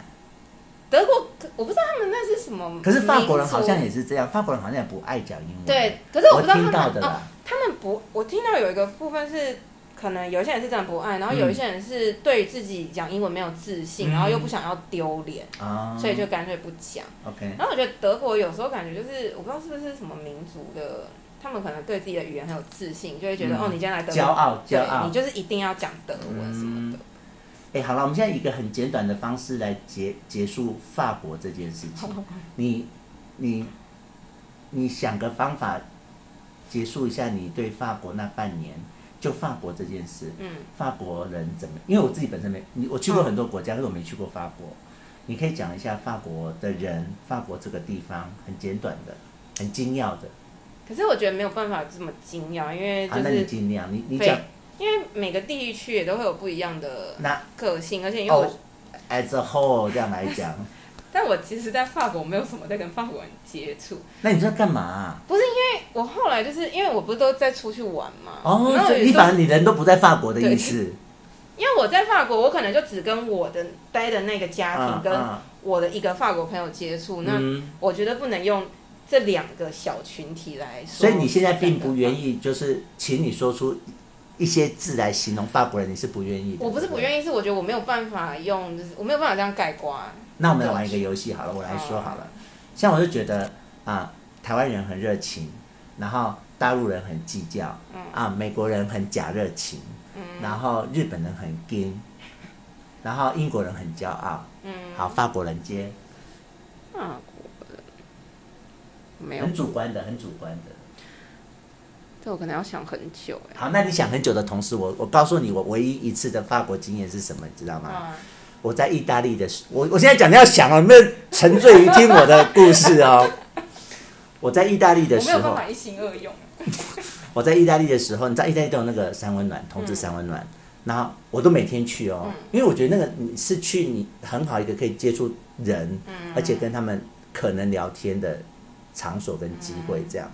B: 德国，我不知道他们那是什么。
A: 可是法国人好像。也是这样，法国人好像也不爱讲英文。，
B: 对，可是我
A: 我
B: 不知道他
A: 听
B: 们
A: 到的
B: 哦
A: 啦。
B: 他们不，我听到有一个部分是，可能有一些人是真的不爱，然后有一些人是对于自己讲英文没有自信，
A: 嗯
B: 然后又不想要丢脸，
A: 啊，
B: 所以就干脆不讲。
A: OK。
B: 然后我觉得德国有时候感觉就是，我不知道是不是什么民族的，他们可能对自己的语言很有自信，就会觉得、
A: 嗯
B: 哦，你今天来德
A: 骄
B: 国，
A: 傲，骄
B: 对
A: 傲
B: 你。就是一定要讲德文什么的。
A: 哎、好了，我们现在以一个很简短的方式来结结束法国这件事情。你你你想个方法结束一下你对法国那半年，就法国这件事，
B: 嗯，
A: 法国人怎么？因为我自己本身没，你我去过很多国家，可是我没去过法国。你可以讲一下法国的人，法国这个地方很简短的，很精要的。
B: 可是我觉得没有办法这么精要，因为就
A: 啊，那你
B: 是、
A: 尽量，你你
B: 非
A: 讲
B: 因为每个地区也都会有不一样的
A: 那
B: 个性，而且因为我、
A: 哦，as a whole 这样来 讲，
B: 但我其实，在法国没有什么在跟法国人接触。
A: 那你知道干嘛啊、
B: 我后来就是因为我不是都在出去玩嘛，
A: 哦
B: 然，后
A: 所
B: 有
A: 以你
B: 时
A: 反
B: 候
A: 而你人都不在法国的意思，
B: 因为我在法国，我可能就只跟我的待的那个家庭
A: 啊
B: 跟
A: 啊，
B: 我的一个法国朋友接触，那
A: 嗯，
B: 我觉得不能用这两个小群体来
A: 所
B: 说。
A: 以你现在并不愿，意，就是请你说出一些字来形容法国人，你是不愿意的。
B: 我不是不
A: 意。
B: 愿意，是我觉得我没有办法用，就是我没有办法这样概括。
A: 那我们来玩一个游戏好了，我来说好了。像我就觉得啊，台湾人很热情，然后大陆人很计较，
B: 嗯
A: 啊，美国人很假热情，然后日本人很硬，然后英国人很骄傲，
B: 嗯，
A: 好，法国人接，
B: 法国人没有
A: 很，主观的，很主观的。
B: 这我可能要想很久哎。
A: 好，那你想很久的同时，我我告诉你，我唯一一次的法国经验是什么，你知道吗？
B: 啊，
A: 我在意大利的时，我我现在讲的要想哦，你们沉醉于听我的故事哦。我在意大利的
B: 我没
A: 时
B: 有办
A: 候，
B: 法一心二用。
A: 我在意大利的时候，你知道意大利都有那个三温暖，同志三温暖，然后我都每天去哦，因为我觉得那个你是去你很好一个可以接触人，而且跟他们可能聊天的场所跟机会这样。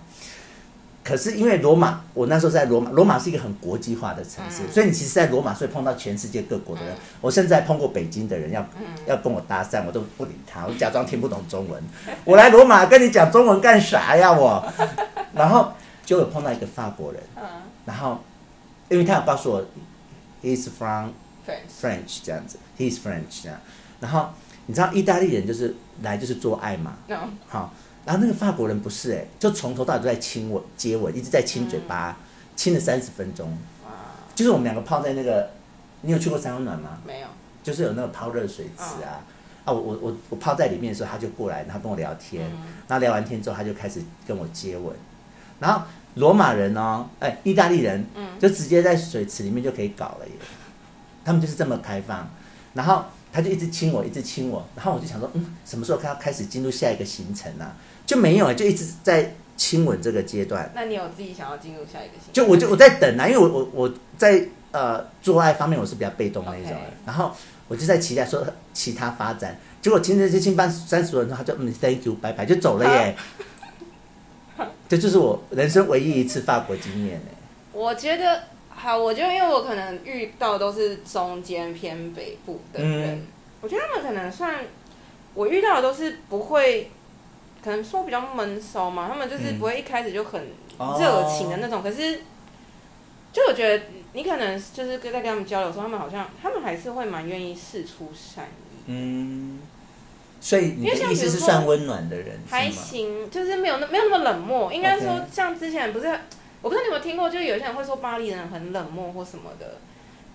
A: 可是因为罗马，我那时候在罗马，罗马是一个很国际化的城市，所以你其实，在罗马所以碰到全世界各国的人，我甚至还碰过北京的人要、要跟我搭讪，我都不理他，我假装听不懂中文。我来罗马跟你讲中文干啥呀我？然后就有碰到一个法国人，然后因为他有告诉我 he's from
B: Friends，
A: French 这样子，he's French 这样。然后你知道意大利人就是来就是做爱嘛，
B: 那
A: 好，然后那个法国人不是哎、就从头到尾都在亲吻、接吻，一直在亲嘴巴，亲了三十分钟。就是我们两个泡在那个，你有去过三温暖吗？
B: 没有，
A: 就是有那个泡热水池啊。
B: 嗯
A: 啊，我我我我泡在里面的时候，他就过来，然后跟我聊天。
B: 嗯
A: 那聊完天之后，他就开始跟我接吻。然后罗马人哦，哎，意大利人，
B: 嗯
A: 就直接在水池里面就可以搞了耶。他们就是这么开放，然后他就一直亲我，一直亲我，然后我就想说，嗯，什么时候要开始进入下一个行程呢、啊？就没有，就一直在亲吻这个阶段。
B: 那你有自己想要进入下一个星期？
A: 就我就我在等啊，因为我我我在呃做爱方面我是比较被动那一种人
B: OK
A: 然后我就在期待说其他发展，结果亲这些亲班三十轮之后，他就嗯 thank you 拜拜就走了耶。 这就是我人生唯一一次法国经验哎，
B: 我觉得好，我就因为我可能遇到都是中间偏北部的人，
A: 嗯
B: 我觉得他们可能算我遇到的都是不会，可能说比较闷骚嘛，他们就是
A: 嗯
B: 不会一开始就很
A: 哦
B: 热情的那种。可是，就我觉得你可能就是跟在跟他们交流的时候，他们好像他们还是会蛮愿意试出善意，
A: 嗯，所以你
B: 因为像
A: 的意思
B: 比如
A: 是
B: 说
A: 算温暖的人
B: 还
A: 是吗？
B: 行，就是没有那没有那么冷漠。应该说
A: OK，
B: 像之前不是，我不知道你有没有听过，就是有些人会说巴黎人很冷漠或什么的。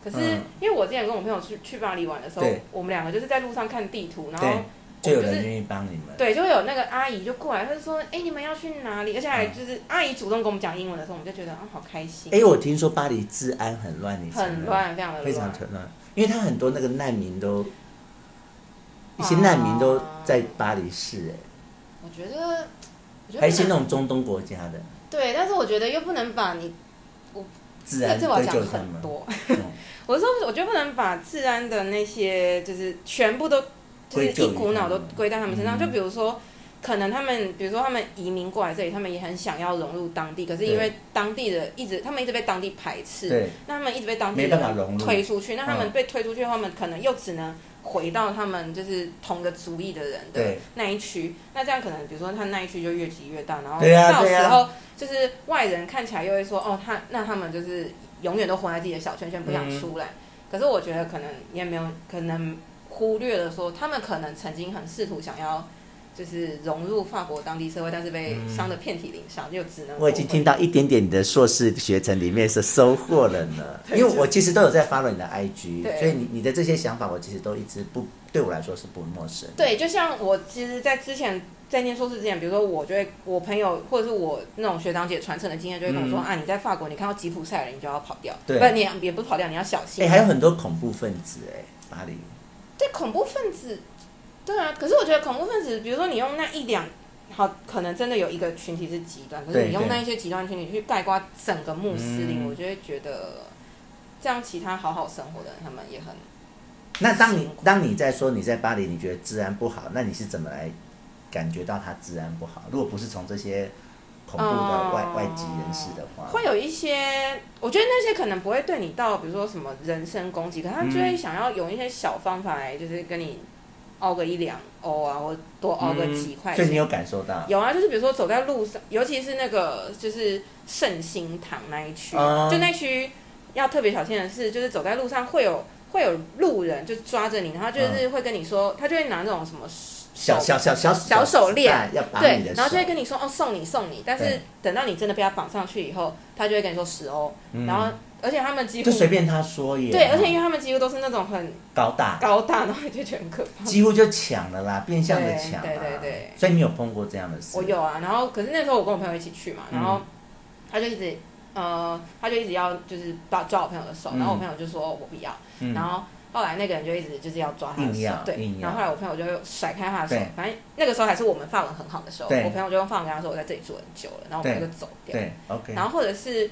B: 可是
A: 嗯
B: 因为我之前跟我朋友去去巴黎玩的时候
A: 对，
B: 我们两个就是在路上看地图，然后
A: 对
B: 我
A: 就有
B: 们就是
A: 人愿意帮你们，
B: 对，就会有那个阿姨就过来，她就说：“哎、你们要去哪里？”而且还就是、阿姨主动跟我们讲英文的时候，我们就觉得啊，好开心，
A: 哎、我听说巴黎治安很乱，你承认
B: 很，乱，非常的
A: 非常
B: 乱。
A: 乱，因为他很多那个难民都，一些难民都在巴黎市哎、
B: 我觉得，我觉得
A: 还有一些
B: 不
A: 那
B: 能
A: 种中东国家的
B: 对，但是我觉得又不能把你
A: 治
B: 这
A: 安
B: 这我要
A: 归
B: 讲
A: 咎他们
B: 很。多。
A: 嗯
B: 我是说，我觉得不能把治安的那些就是全部都就是
A: 归咎于
B: 一股脑都归在他们身上。
A: 嗯
B: 就比如说，可能他们，比如说他们移民过来这里，他们也很想要融入当地，可是因为当地的一直他们一直被当地排 斥，
A: 对，
B: 那他们一直被当地
A: 没办法融
B: 人
A: 入
B: 推出去，那他们
A: 嗯
B: 被推出去，他们可能又只能。回到他们就是同个族裔的人的
A: 对
B: 那一区，那这样可能，比如说他那一区就越积越大，然后
A: 对啊
B: 到
A: 对
B: 时
A: 啊
B: 候就是外人看起来又会说，哦，他那他们就是永远都活在自己的小圈圈，不想出来。
A: 嗯
B: 可是我觉得可能也没有可能忽略了说，他们可能曾经很试图想要就是融入法国当地社会，但是被伤得遍体鳞伤，就只能
A: 嗯我已经听到一点点你的硕士学程里面是收获了呢，因为我其实都有在 follow 你的 IG，
B: 对
A: 所以你你的这些想法我其实都一直不对我来说是不陌生。
B: 对，就像我其实，在之前在念硕士之前，比如说我就会，我朋友或者是我那种学长姐传承的经验，就会跟我说、
A: 嗯
B: 啊，你在法国，你看到吉普赛人，你就要跑掉，
A: 对
B: 不，你也也不是跑掉，你要小心。
A: 哎、还有很多恐怖分子哎、巴黎，
B: 对恐怖分子，对啊，可是我觉得恐怖分子，比如说你用那一两，好，可能真的有一个群体是极端，可是
A: 对
B: 你用
A: 对
B: 那一些极端群体去概括整个穆斯林，
A: 嗯
B: 我就会觉得这样其他好好生活的人，他们也很
A: 那当你
B: 辛苦
A: 当你在说你在巴黎，你觉得治安不好，那你是怎么来感觉到它治安不好？如果不是从这些恐怖的外、
B: 哦
A: 外籍人士的话，
B: 会有一些，我觉得那些可能不会对你到，比如说什么人身攻击，可他就会想要有一些小方法来，就是跟你凹个一两欧啊，或多凹个几块
A: 嗯所
B: 钱。
A: 以你有感受到？
B: 有啊，就是比如说走在路上，尤其是那个就是圣心堂那一区，
A: 啊
B: 就那区要特别小心的是，就是走在路上会有会有路人就抓着你，然后就是会跟你说，他就会拿那种什么
A: 啊小小小小
B: 小手链
A: 带要绑你
B: 对
A: 的，手，
B: 然后就会跟你说哦送你送你，但是
A: 对
B: 等到你真的被他绑上去以后，他就会跟你说十欧，
A: 嗯
B: 然后而且他们几乎
A: 就随便他说耶。
B: 对，而且因为他们几乎都是那种很
A: 高大，
B: 高大，然后就觉得很可怕。
A: 几乎就抢了啦，变相的
B: 对
A: 抢啦。啊
B: 对对对
A: 所以你有碰过这样的事？
B: 我有啊，然后可是那时候我跟我朋友一起去
A: 嗯
B: 嘛，然后他就一直呃，他就一直要就是抓抓我朋友的手，然后我
A: 嗯
B: 朋友就说我不要，
A: 嗯，
B: 然后后来那个人就一直就是要抓他的
A: 硬
B: 手
A: 要，
B: 对
A: 硬，要
B: 然后后来我朋友就甩开他的手
A: 对，
B: 反正那个时候还是我们法文很好的时候，
A: 对
B: 我朋友就用法文跟他说我在这里住很久了，然后我朋友
A: 对
B: 就走掉，
A: 对，OK，
B: 然后或者是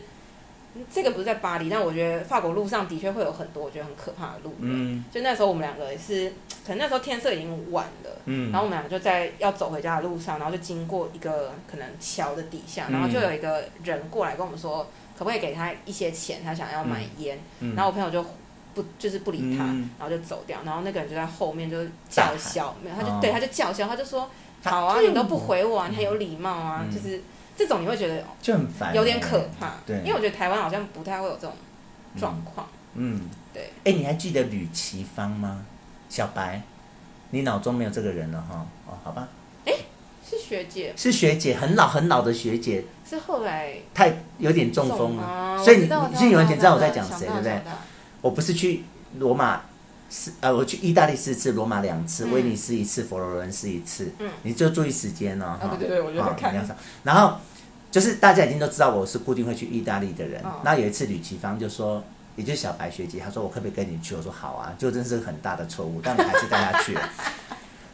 B: 嗯这个不是在巴黎，但我觉得法国路上的确会有很多我觉得很可怕的路人，
A: 嗯
B: 就那时候我们两个也是，可能那时候天色已经晚了。
A: 嗯，
B: 然后我们两个就在要走回家的路上，然后就经过一个可能桥的底下，然后
A: 嗯
B: 就有一个人过来跟我们说，可不可以给他一些钱，他想要买烟。
A: 嗯
B: 然后我朋友就不就是不理他，
A: 嗯
B: 然后就走掉。然后那个人就在后面就是叫嚣，没有，他就、对
A: 哦
B: 他就叫嚣，他就说：“
A: 他
B: 好啊，
A: 嗯
B: 你都不回我、啊，你很有礼貌啊。
A: 嗯
B: 就是这种你会觉得
A: 就很烦，欸
B: 有点可。怕，
A: 对
B: 因为我觉得台湾好像不太会有这种状况。
A: 嗯，
B: 对，
A: 哎，你还记得吕奇芳吗？小白，你脑中没有这个人了哈？哦，好吧，
B: 是学姐，
A: 是学姐，很老很老的学姐，
B: 是后来
A: 太有点中风了，
B: 啊
A: 所以你
B: 我知道
A: 你
B: 我
A: 是你完全知道我在讲
B: 想
A: 谁，
B: 到
A: 对不对
B: 想？到
A: 我不是去罗马四呃，我去意大利四次，罗马两次，
B: 嗯
A: 威尼斯一次，佛罗伦斯一次。
B: 嗯
A: 你就注意时间哦。
B: 啊
A: 哈
B: 对对对我就在
A: 好
B: 看
A: 你要上然后就是大家已经都知道我是固定会去意大利的人
B: 哦。
A: 那、有一次吕奇芳就说。也就是小白学姐，她说我可不可以跟你去？我说好啊，就真是很大的错误，但我还是带她去了。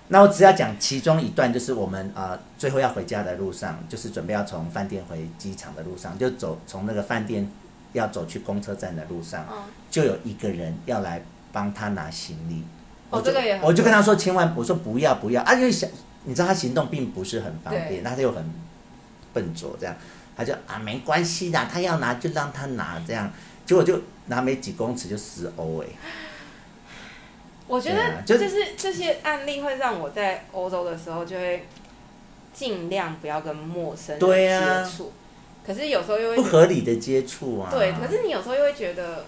A: 那我只要讲其中一段，就是我们呃最后要回家的路上，就是准备要从饭店回机场的路上，就走从那个饭店要走去公车站的路上，
B: 嗯
A: 就有一个人要来帮他拿行李。我
B: 哦
A: 就
B: 这个也很
A: 我就跟他说，千万我说不要不要啊，因为想你知道他行动并不是很方便，
B: 对
A: 那他又很笨拙这样，他就啊没关系啦，他要拿就让他拿这样，结果就拿没几公尺就十欧哎，
B: 我觉
A: 对啊
B: 得
A: 就
B: 就是这些案例会让我在欧洲的时候就会尽量不要跟陌生
A: 对啊
B: 人接触，可是有时候又会
A: 不合理的接触啊。
B: 对，可是你有时候又会觉得，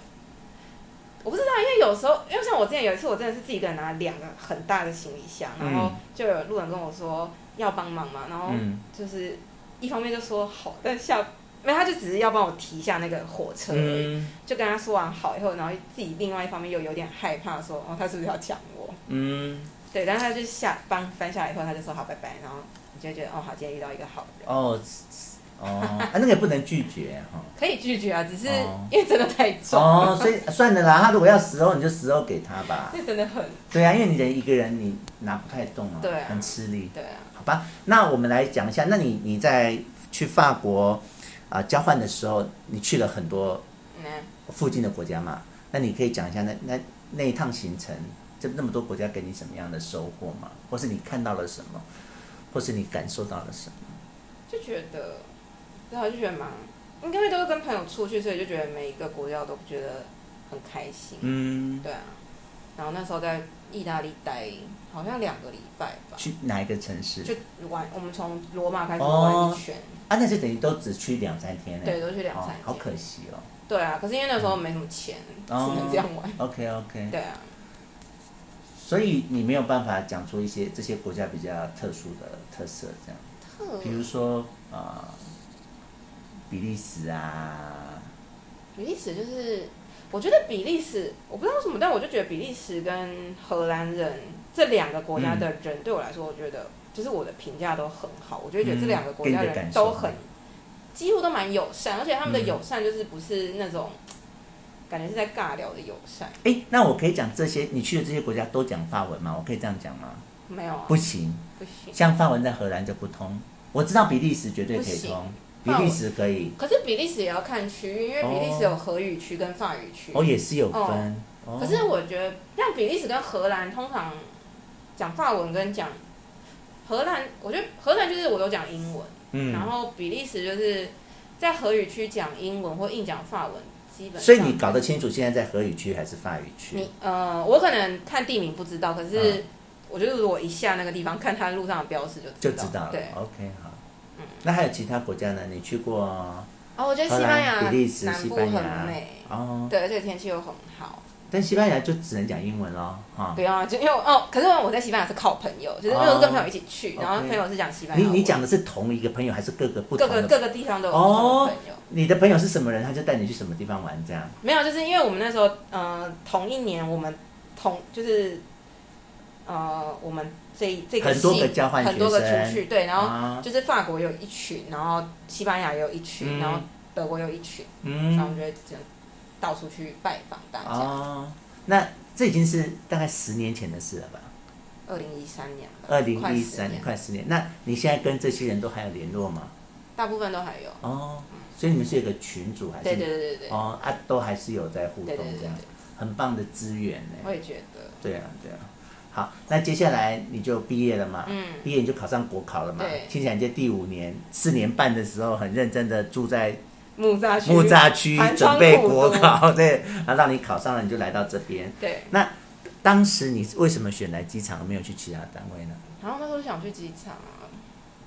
B: 我不知道，因为有时候，因为像我之前有一次，我真的是自己一个人拿两个很大的行李箱，然后
A: 嗯
B: 就有路人跟我说要帮忙嘛，然后
A: 嗯
B: 就是一方面就说好，但下没有，他就只是要帮我提一下那个火车而已，
A: 嗯
B: 就跟他说完好以后，然后自己另外一方面又有点害怕说，哦，他是不是要抢我？
A: 嗯
B: 对，然后他就下帮翻下来以后，他就说好拜拜，然后你就会觉得哦好，今天遇到一个好人，
A: 哦哦，啊那个也不能拒绝哈。
B: 可以拒绝啊，只是
A: 哦
B: 因为真的太重，
A: 哦，所以算了啦，他如果要十欧，你就十欧给他吧。
B: 这真的很
A: 对啊，因为你人一个人你拿不太动啊，
B: 对啊
A: 很吃力。
B: 对啊。
A: 好吧，那我们来讲一下，那你你在去法国啊、交换的时候，你去了很多
B: 嗯
A: 附近的国家嘛？那你可以讲一下那那那一趟行程，这那么多国家给你什么样的收获吗？或是你看到了什么，或是你感受到了什么？
B: 就觉得，然后就觉得蛮，应该都是跟朋友出去，所以就觉得每一个国家我都觉得很开心。
A: 嗯，
B: 对啊，然后那时候在意大利待好像两个礼拜吧，
A: 去哪一个城市？
B: 就玩我们从罗马开始
A: 哦
B: 玩一圈，
A: 啊，那就等于都只去两三天呢、
B: 对，都去两
A: 哦
B: 三天、，
A: 好可惜哦。
B: 对啊，可是因为那时候没什么钱，
A: 哦
B: 只能这样玩。
A: OK OK，
B: 对啊，
A: 所以你没有办法讲出一些这些国家比较特殊的特色这样。
B: 特
A: 比如说啊、呃比利时啊，
B: 比利时就是，我觉得比利时，我不知道为什么，但我就觉得比利时跟荷兰人这两个国家的人，对我来说，我觉得就是我的评价都很好，我就会觉得这两个国
A: 嗯
B: 家
A: 给你的
B: 人
A: 感受
B: 都很，几乎都蛮友善，而且他们的
A: 嗯
B: 友善就是不是那种。感觉是在尬聊的友善，
A: 诶，那我可以讲这些，你去的这些国家都讲法文吗？我可以这样讲吗？
B: 没有啊，
A: 不行，
B: 不行。
A: 像法文在荷兰就不通。我知道比利时绝对可以
B: 不
A: 通
B: 行，
A: 比利时可以，
B: 可是比利时也要看区域，因为比利时有荷语区跟法语区。
A: 哦也是有分。哦
B: 可是我觉得，像比利时跟荷兰，通常讲法文跟讲荷兰，我觉得荷兰就是我都讲英文，
A: 嗯，
B: 然后比利时就是在荷语区讲英文或硬讲法文，基本上。
A: 所以你搞得清楚现在在荷语区还是法语区
B: 嗯你？呃，我可能看地名不知道，可是
A: 嗯
B: 我觉得如果一下那个地方看它路上的标识
A: 就
B: 就
A: 知道了。
B: 对，嗯
A: OK，好。那还有其他国家呢？你去过
B: 哦，我觉得
A: 荷
B: 西班
A: 兰、
B: 牙
A: 比利时、
B: 南
A: 西
B: 部
A: 班
B: 很
A: 牙
B: 美，
A: 哦，
B: 对，而且天气又很好。
A: 但西班牙就只能讲英文咯，哈。
B: 不用啊，就因为我哦，可是我在西班牙是靠朋友，就是因为我是跟朋友一起去，
A: 哦
B: 然后
A: OK
B: 朋友是讲西班牙
A: 你
B: 文。
A: 你讲的是同一个朋友，还是各个不
B: 各
A: 同
B: 个
A: 的哦
B: 各个地方都有不同的朋友。
A: 你的朋友是什么人，他就带你去什么地方玩，这样。
B: 没有，就是因为我们那时候，呃，同一年我们同就是，呃，我们这这个
A: 很多
B: 系
A: 个交换
B: 很多个
A: 学生
B: 出去，对，然后
A: 啊，
B: 就是法国有一群，然后西班牙也有一群，
A: 嗯
B: 然后德国有一群，然后我
A: 嗯，
B: 们就会这样到处去拜访大家。
A: 哦，那这已经是大概十年前的事了吧？
B: 二零一三年吧，
A: 二零
B: 快
A: 一
B: 十
A: 三
B: 年，
A: 快十年。那你现在跟这些人都还有联络吗？
B: 大部分都还有。
A: 哦，所以你们是有个群组还是？
B: 对对对对对，
A: 哦啊，都还是有在互动
B: 对对对
A: 这
B: 对
A: 样，，很棒的资源
B: 我
A: 呢。
B: 也觉得，
A: 对啊，对啊。好，那接下来你就毕业了嘛？
B: 嗯。
A: 毕业你就考上国考了嘛
B: 对？
A: 听起来你在第五年四年半的时候，很认真的住在
B: 木栅区，
A: 木栅区
B: 寒窗
A: 准备
B: 苦读
A: 国考，对，然后让你考上了，你就来到这边。
B: 对，
A: 当时你为什么选来机场，没有去其他单位呢？
B: 然后那时候想去机场啊，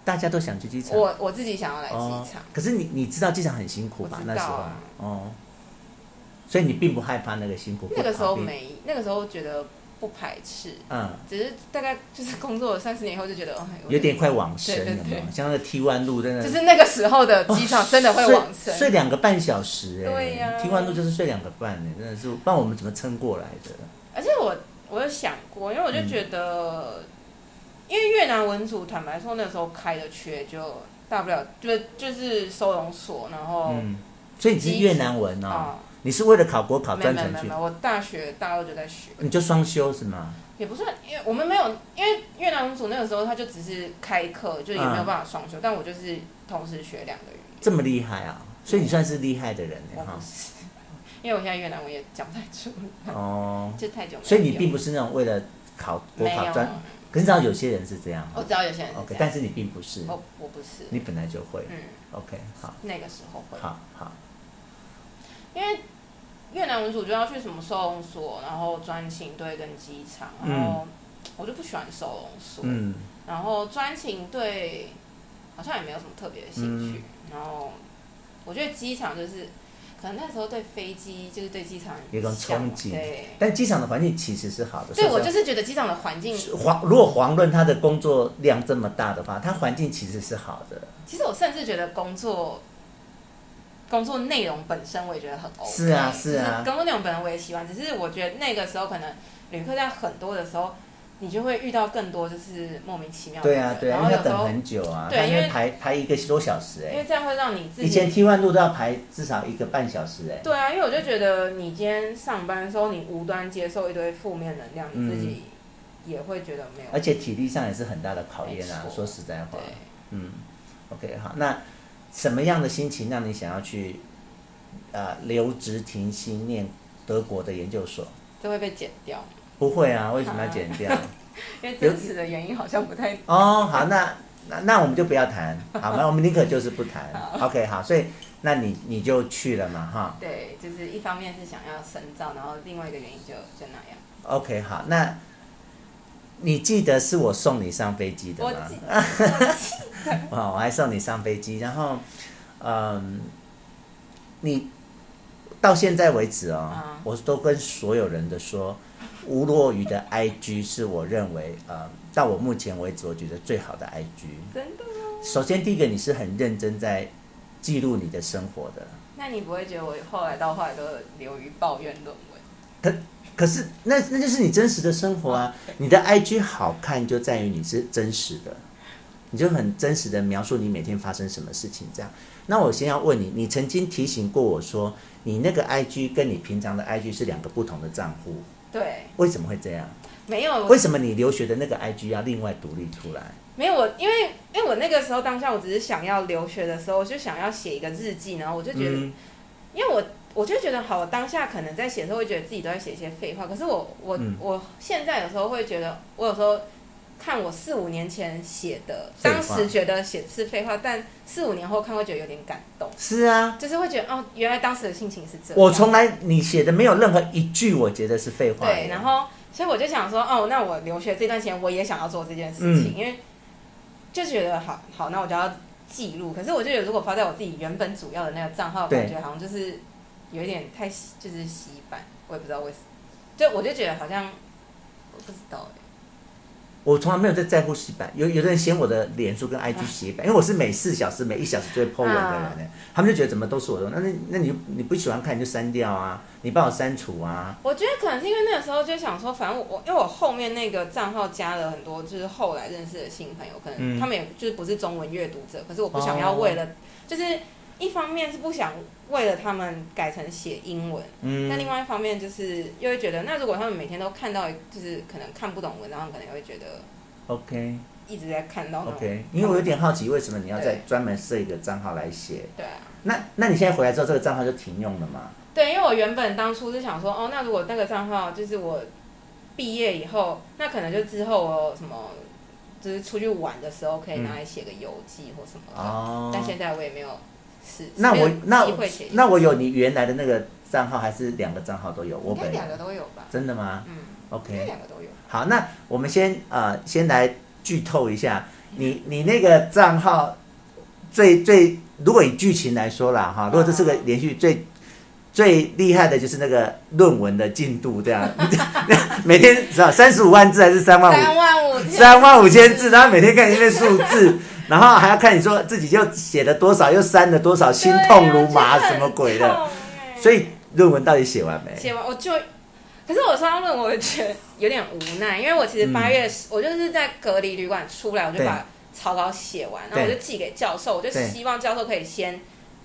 A: 大家都想去机场，哦
B: 我我自己想要来机场，啊
A: 哦。可是你你知道机场很辛苦吧
B: 我？知
A: 那时
B: 道
A: 候
B: 啊
A: 哦，所以你并不害怕那个辛苦，不
B: 那个时候
A: 逃避，
B: 没，那个时候觉得不排斥，
A: 嗯，
B: 只是大概就是工作了三十年以后就觉得，哦，
A: 有点快往生
B: 对对
A: 了嘛，像那个 T one 路真的
B: 就是那个时候的机
A: 哦
B: 场啊真的会往
A: 睡
B: 生。
A: 睡两个半小时、哎，
B: 对呀
A: T one 路就是睡两个半、哎，真的是，不然我们怎么撑过来的？
B: 而且我我有想过，因为我
A: 嗯
B: 就觉得，因为越南文组坦白说那时候开的缺就大不了就就是收容所，然后
A: 嗯，所以你是越南文哦，
B: 啊、
A: 你是为了考国考
B: 没有
A: 专
B: 没有
A: 程
B: 没有
A: 去
B: 没，有，我大学大二就在学，
A: 你就双修是吗？
B: 也不算，因为我们没有，因为越南文组那个时候他就只是开课，就也
A: 嗯
B: 没有办法双修，但我就是同时学两个语言。
A: 这么厉害啊！所以你算是厉害的人
B: 我
A: 哎哈
B: 不、是，因为我现在越南文也讲不太出来，
A: 哦，
B: 就太久没有。
A: 所以你并不是那种为了考国
B: 没
A: 考
B: 有，哦
A: 专，可是知道有些人是这样哈
B: 我知道有些人是
A: OK，
B: 这
A: 但
B: 样，
A: 是你并不是，
B: 我我不是，
A: 你本来就会。
B: 哦嗯，
A: OK，好，
B: 那个时候会，
A: 好，好，
B: 因为越南文组就要去什么收容所，然后专勤队跟机场，然后我就不喜欢收容所，
A: 嗯，
B: 然后专勤队好像也没有什么特别的兴趣，
A: 嗯
B: 然后我觉得机场就是。可能那时候对飞机就是对机场
A: 有一种
B: 向往
A: 憧憬
B: 对，
A: 但机场的环境其实是好的。
B: 所以
A: 说
B: 我
A: 实在
B: 就是觉得机场的环境，
A: 黄，如果黄论他的工作量这么大的话，他环境其实是好的，
B: 其实我甚至觉得工作工作内容本身我也觉得很 OK，
A: 是啊是啊
B: 就是工作内容本身我也喜欢，只是我觉得那个时候可能旅客在很多的时候，你就会遇到更多就是莫名其妙的
A: 对
B: 人，
A: 啊，对
B: 然
A: 啊，
B: 后
A: 因为
B: 有
A: 要
B: 时候
A: 等很久啊，
B: 对
A: 他那
B: 因为
A: 排排一个多小时
B: 因为
A: 哎，
B: 这样会让你自
A: 以前
B: 己。
A: T one 路都要排至少一个半小时哎，
B: 对啊，因为我就觉得你今天上班的时候，你无端接受一堆负面能量，你自己也会觉得没有。
A: 而且体力上也是很大的考验啊
B: 没。错
A: 说实在话
B: 对，，
A: 嗯，OK，好，那什么样的心情让你想要去呃留职停薪念德国的研究所？
B: 这会被剪掉，
A: 不会啊，为什么要剪掉？
B: 因为真实的原因好像不太
A: 哦，好，那那那我们就不要谈，好吗？我们宁可就是不谈。OK，好，所以那你你就去了嘛，哈。
B: 对，就是一方面是想要深造，然后另外一个原因就就那样。
A: OK，好，那你记得是我送你上飞机的
B: 我
A: 吗？
B: 记
A: 哦，我还送你上飞机，然后，嗯，你到现在为止哦，
B: 嗯
A: 我都跟所有人的说，吴若愚的 IG 是我认为，呃，到我目前为止我觉得最好的 IG。
B: 真的？
A: 首先，第一个你是很认真在记录你的生活的，
B: 那你不会觉得我后来到后来都流于抱怨论文？
A: 可是那那就是你真实的生活啊。你的 IG 好看就在于你是真实的，你就很真实的描述你每天发生什么事情这样。那我先要问你，你曾经提醒过我说，你那个 IG 跟你平常的 IG 是两个不同的账户，
B: 对，
A: 为什么会这样？
B: 没有，
A: 为
B: 我
A: 什么你留学的那个 IG 要另外独立出来？
B: 没有我，因为因为我那个时候当下，我只是想要留学的时候，我就想要写一个日记，然后我就觉得，
A: 嗯
B: 因为我我就觉得好，我当下可能在写的时候会觉得自己都在写一些废话，可是我我、
A: 嗯
B: 我现在有时候会觉得，我有时候。看我四五年前写的，
A: 废话
B: 当时觉得写是废话，但四五年后看会觉得有点感动。
A: 是啊，
B: 就是会觉得哦，原来当时的心情是这样。
A: 我从来你写的没有任何一句我觉得是废话的。
B: 对，然后所以我就想说，哦，那我留学这段时间我也想要做这件事情，因为就觉得好好，那我就要记录。可是我就觉得，如果发在我自己原本主要的那个账号，
A: 对
B: 感觉好像就是有一点太洗就是洗版，我也不知道为什么。就我就觉得好像我不知道哎、
A: 我从来没有在在乎洗版，有有的人嫌我的脸书跟
B: 嗯
A: IG 洗版，因为我是每四小时、每一小时
B: 啊
A: 就会 po 文的人呢，他们就觉得怎么都是我的，那那那你你不喜欢看你就删掉啊，你帮我删除啊，
B: 我觉得可能是因为那个时候就想说，反正我我因为我后面那个账号加了很多就是后来认识的新朋友，可能
A: 嗯
B: 他们也就是不是中文阅读者，可是我不想要为了、就是一方面是不想为了他们改成写英文，那、
A: 嗯，
B: 另外一方面就是又会觉得，那如果他们每天都看到就是可能看不懂文章，可能也会觉得
A: OK
B: 一直在看到那种
A: OK，因为我有点好奇，为什么你要再
B: 对
A: 专门设一个账号来写？
B: 对啊。
A: 那那你现在回来之后，这个账号就停用了嘛？
B: 对，因为我原本当初是想说，哦，那如果那个账号就是我毕业以后，那可能就之后我有什么就是出去玩的时候可以拿来写个游记或什么
A: 嗯
B: 的。
A: 哦，
B: 但现在我也没有是，
A: 那我
B: 没有
A: 那
B: 机
A: 我
B: 会写，
A: 那我有你原来的那个账号，还是两个账号都有？我
B: 应该
A: 本
B: 两
A: 人
B: 个都有吧？
A: 真的吗
B: 嗯，应该
A: ？OK，
B: 两个都有。
A: 好，那我们先呃，先来剧透一下，你你那个账号最最，如果以剧情来说啦哈，如果这是个连续最最厉害的就是那个论文的进度，这样 每天知道三十五万字还是三万五
B: 三万五，
A: 三万五千字，然后每天看一遍数字，然后还要看你说自己又写了多少，又删了多少，心痛如麻，什么鬼的？
B: 啊的欸
A: 所以论文到底写完没？
B: 写完我就，可是我刷到论文，我就觉得有点无奈，因为我其实八月、我就是在隔离旅馆出来，我就
A: 嗯对
B: 把草稿写完，然后
A: 对
B: 我就寄给教授，我就
A: 对
B: 希望教授可以先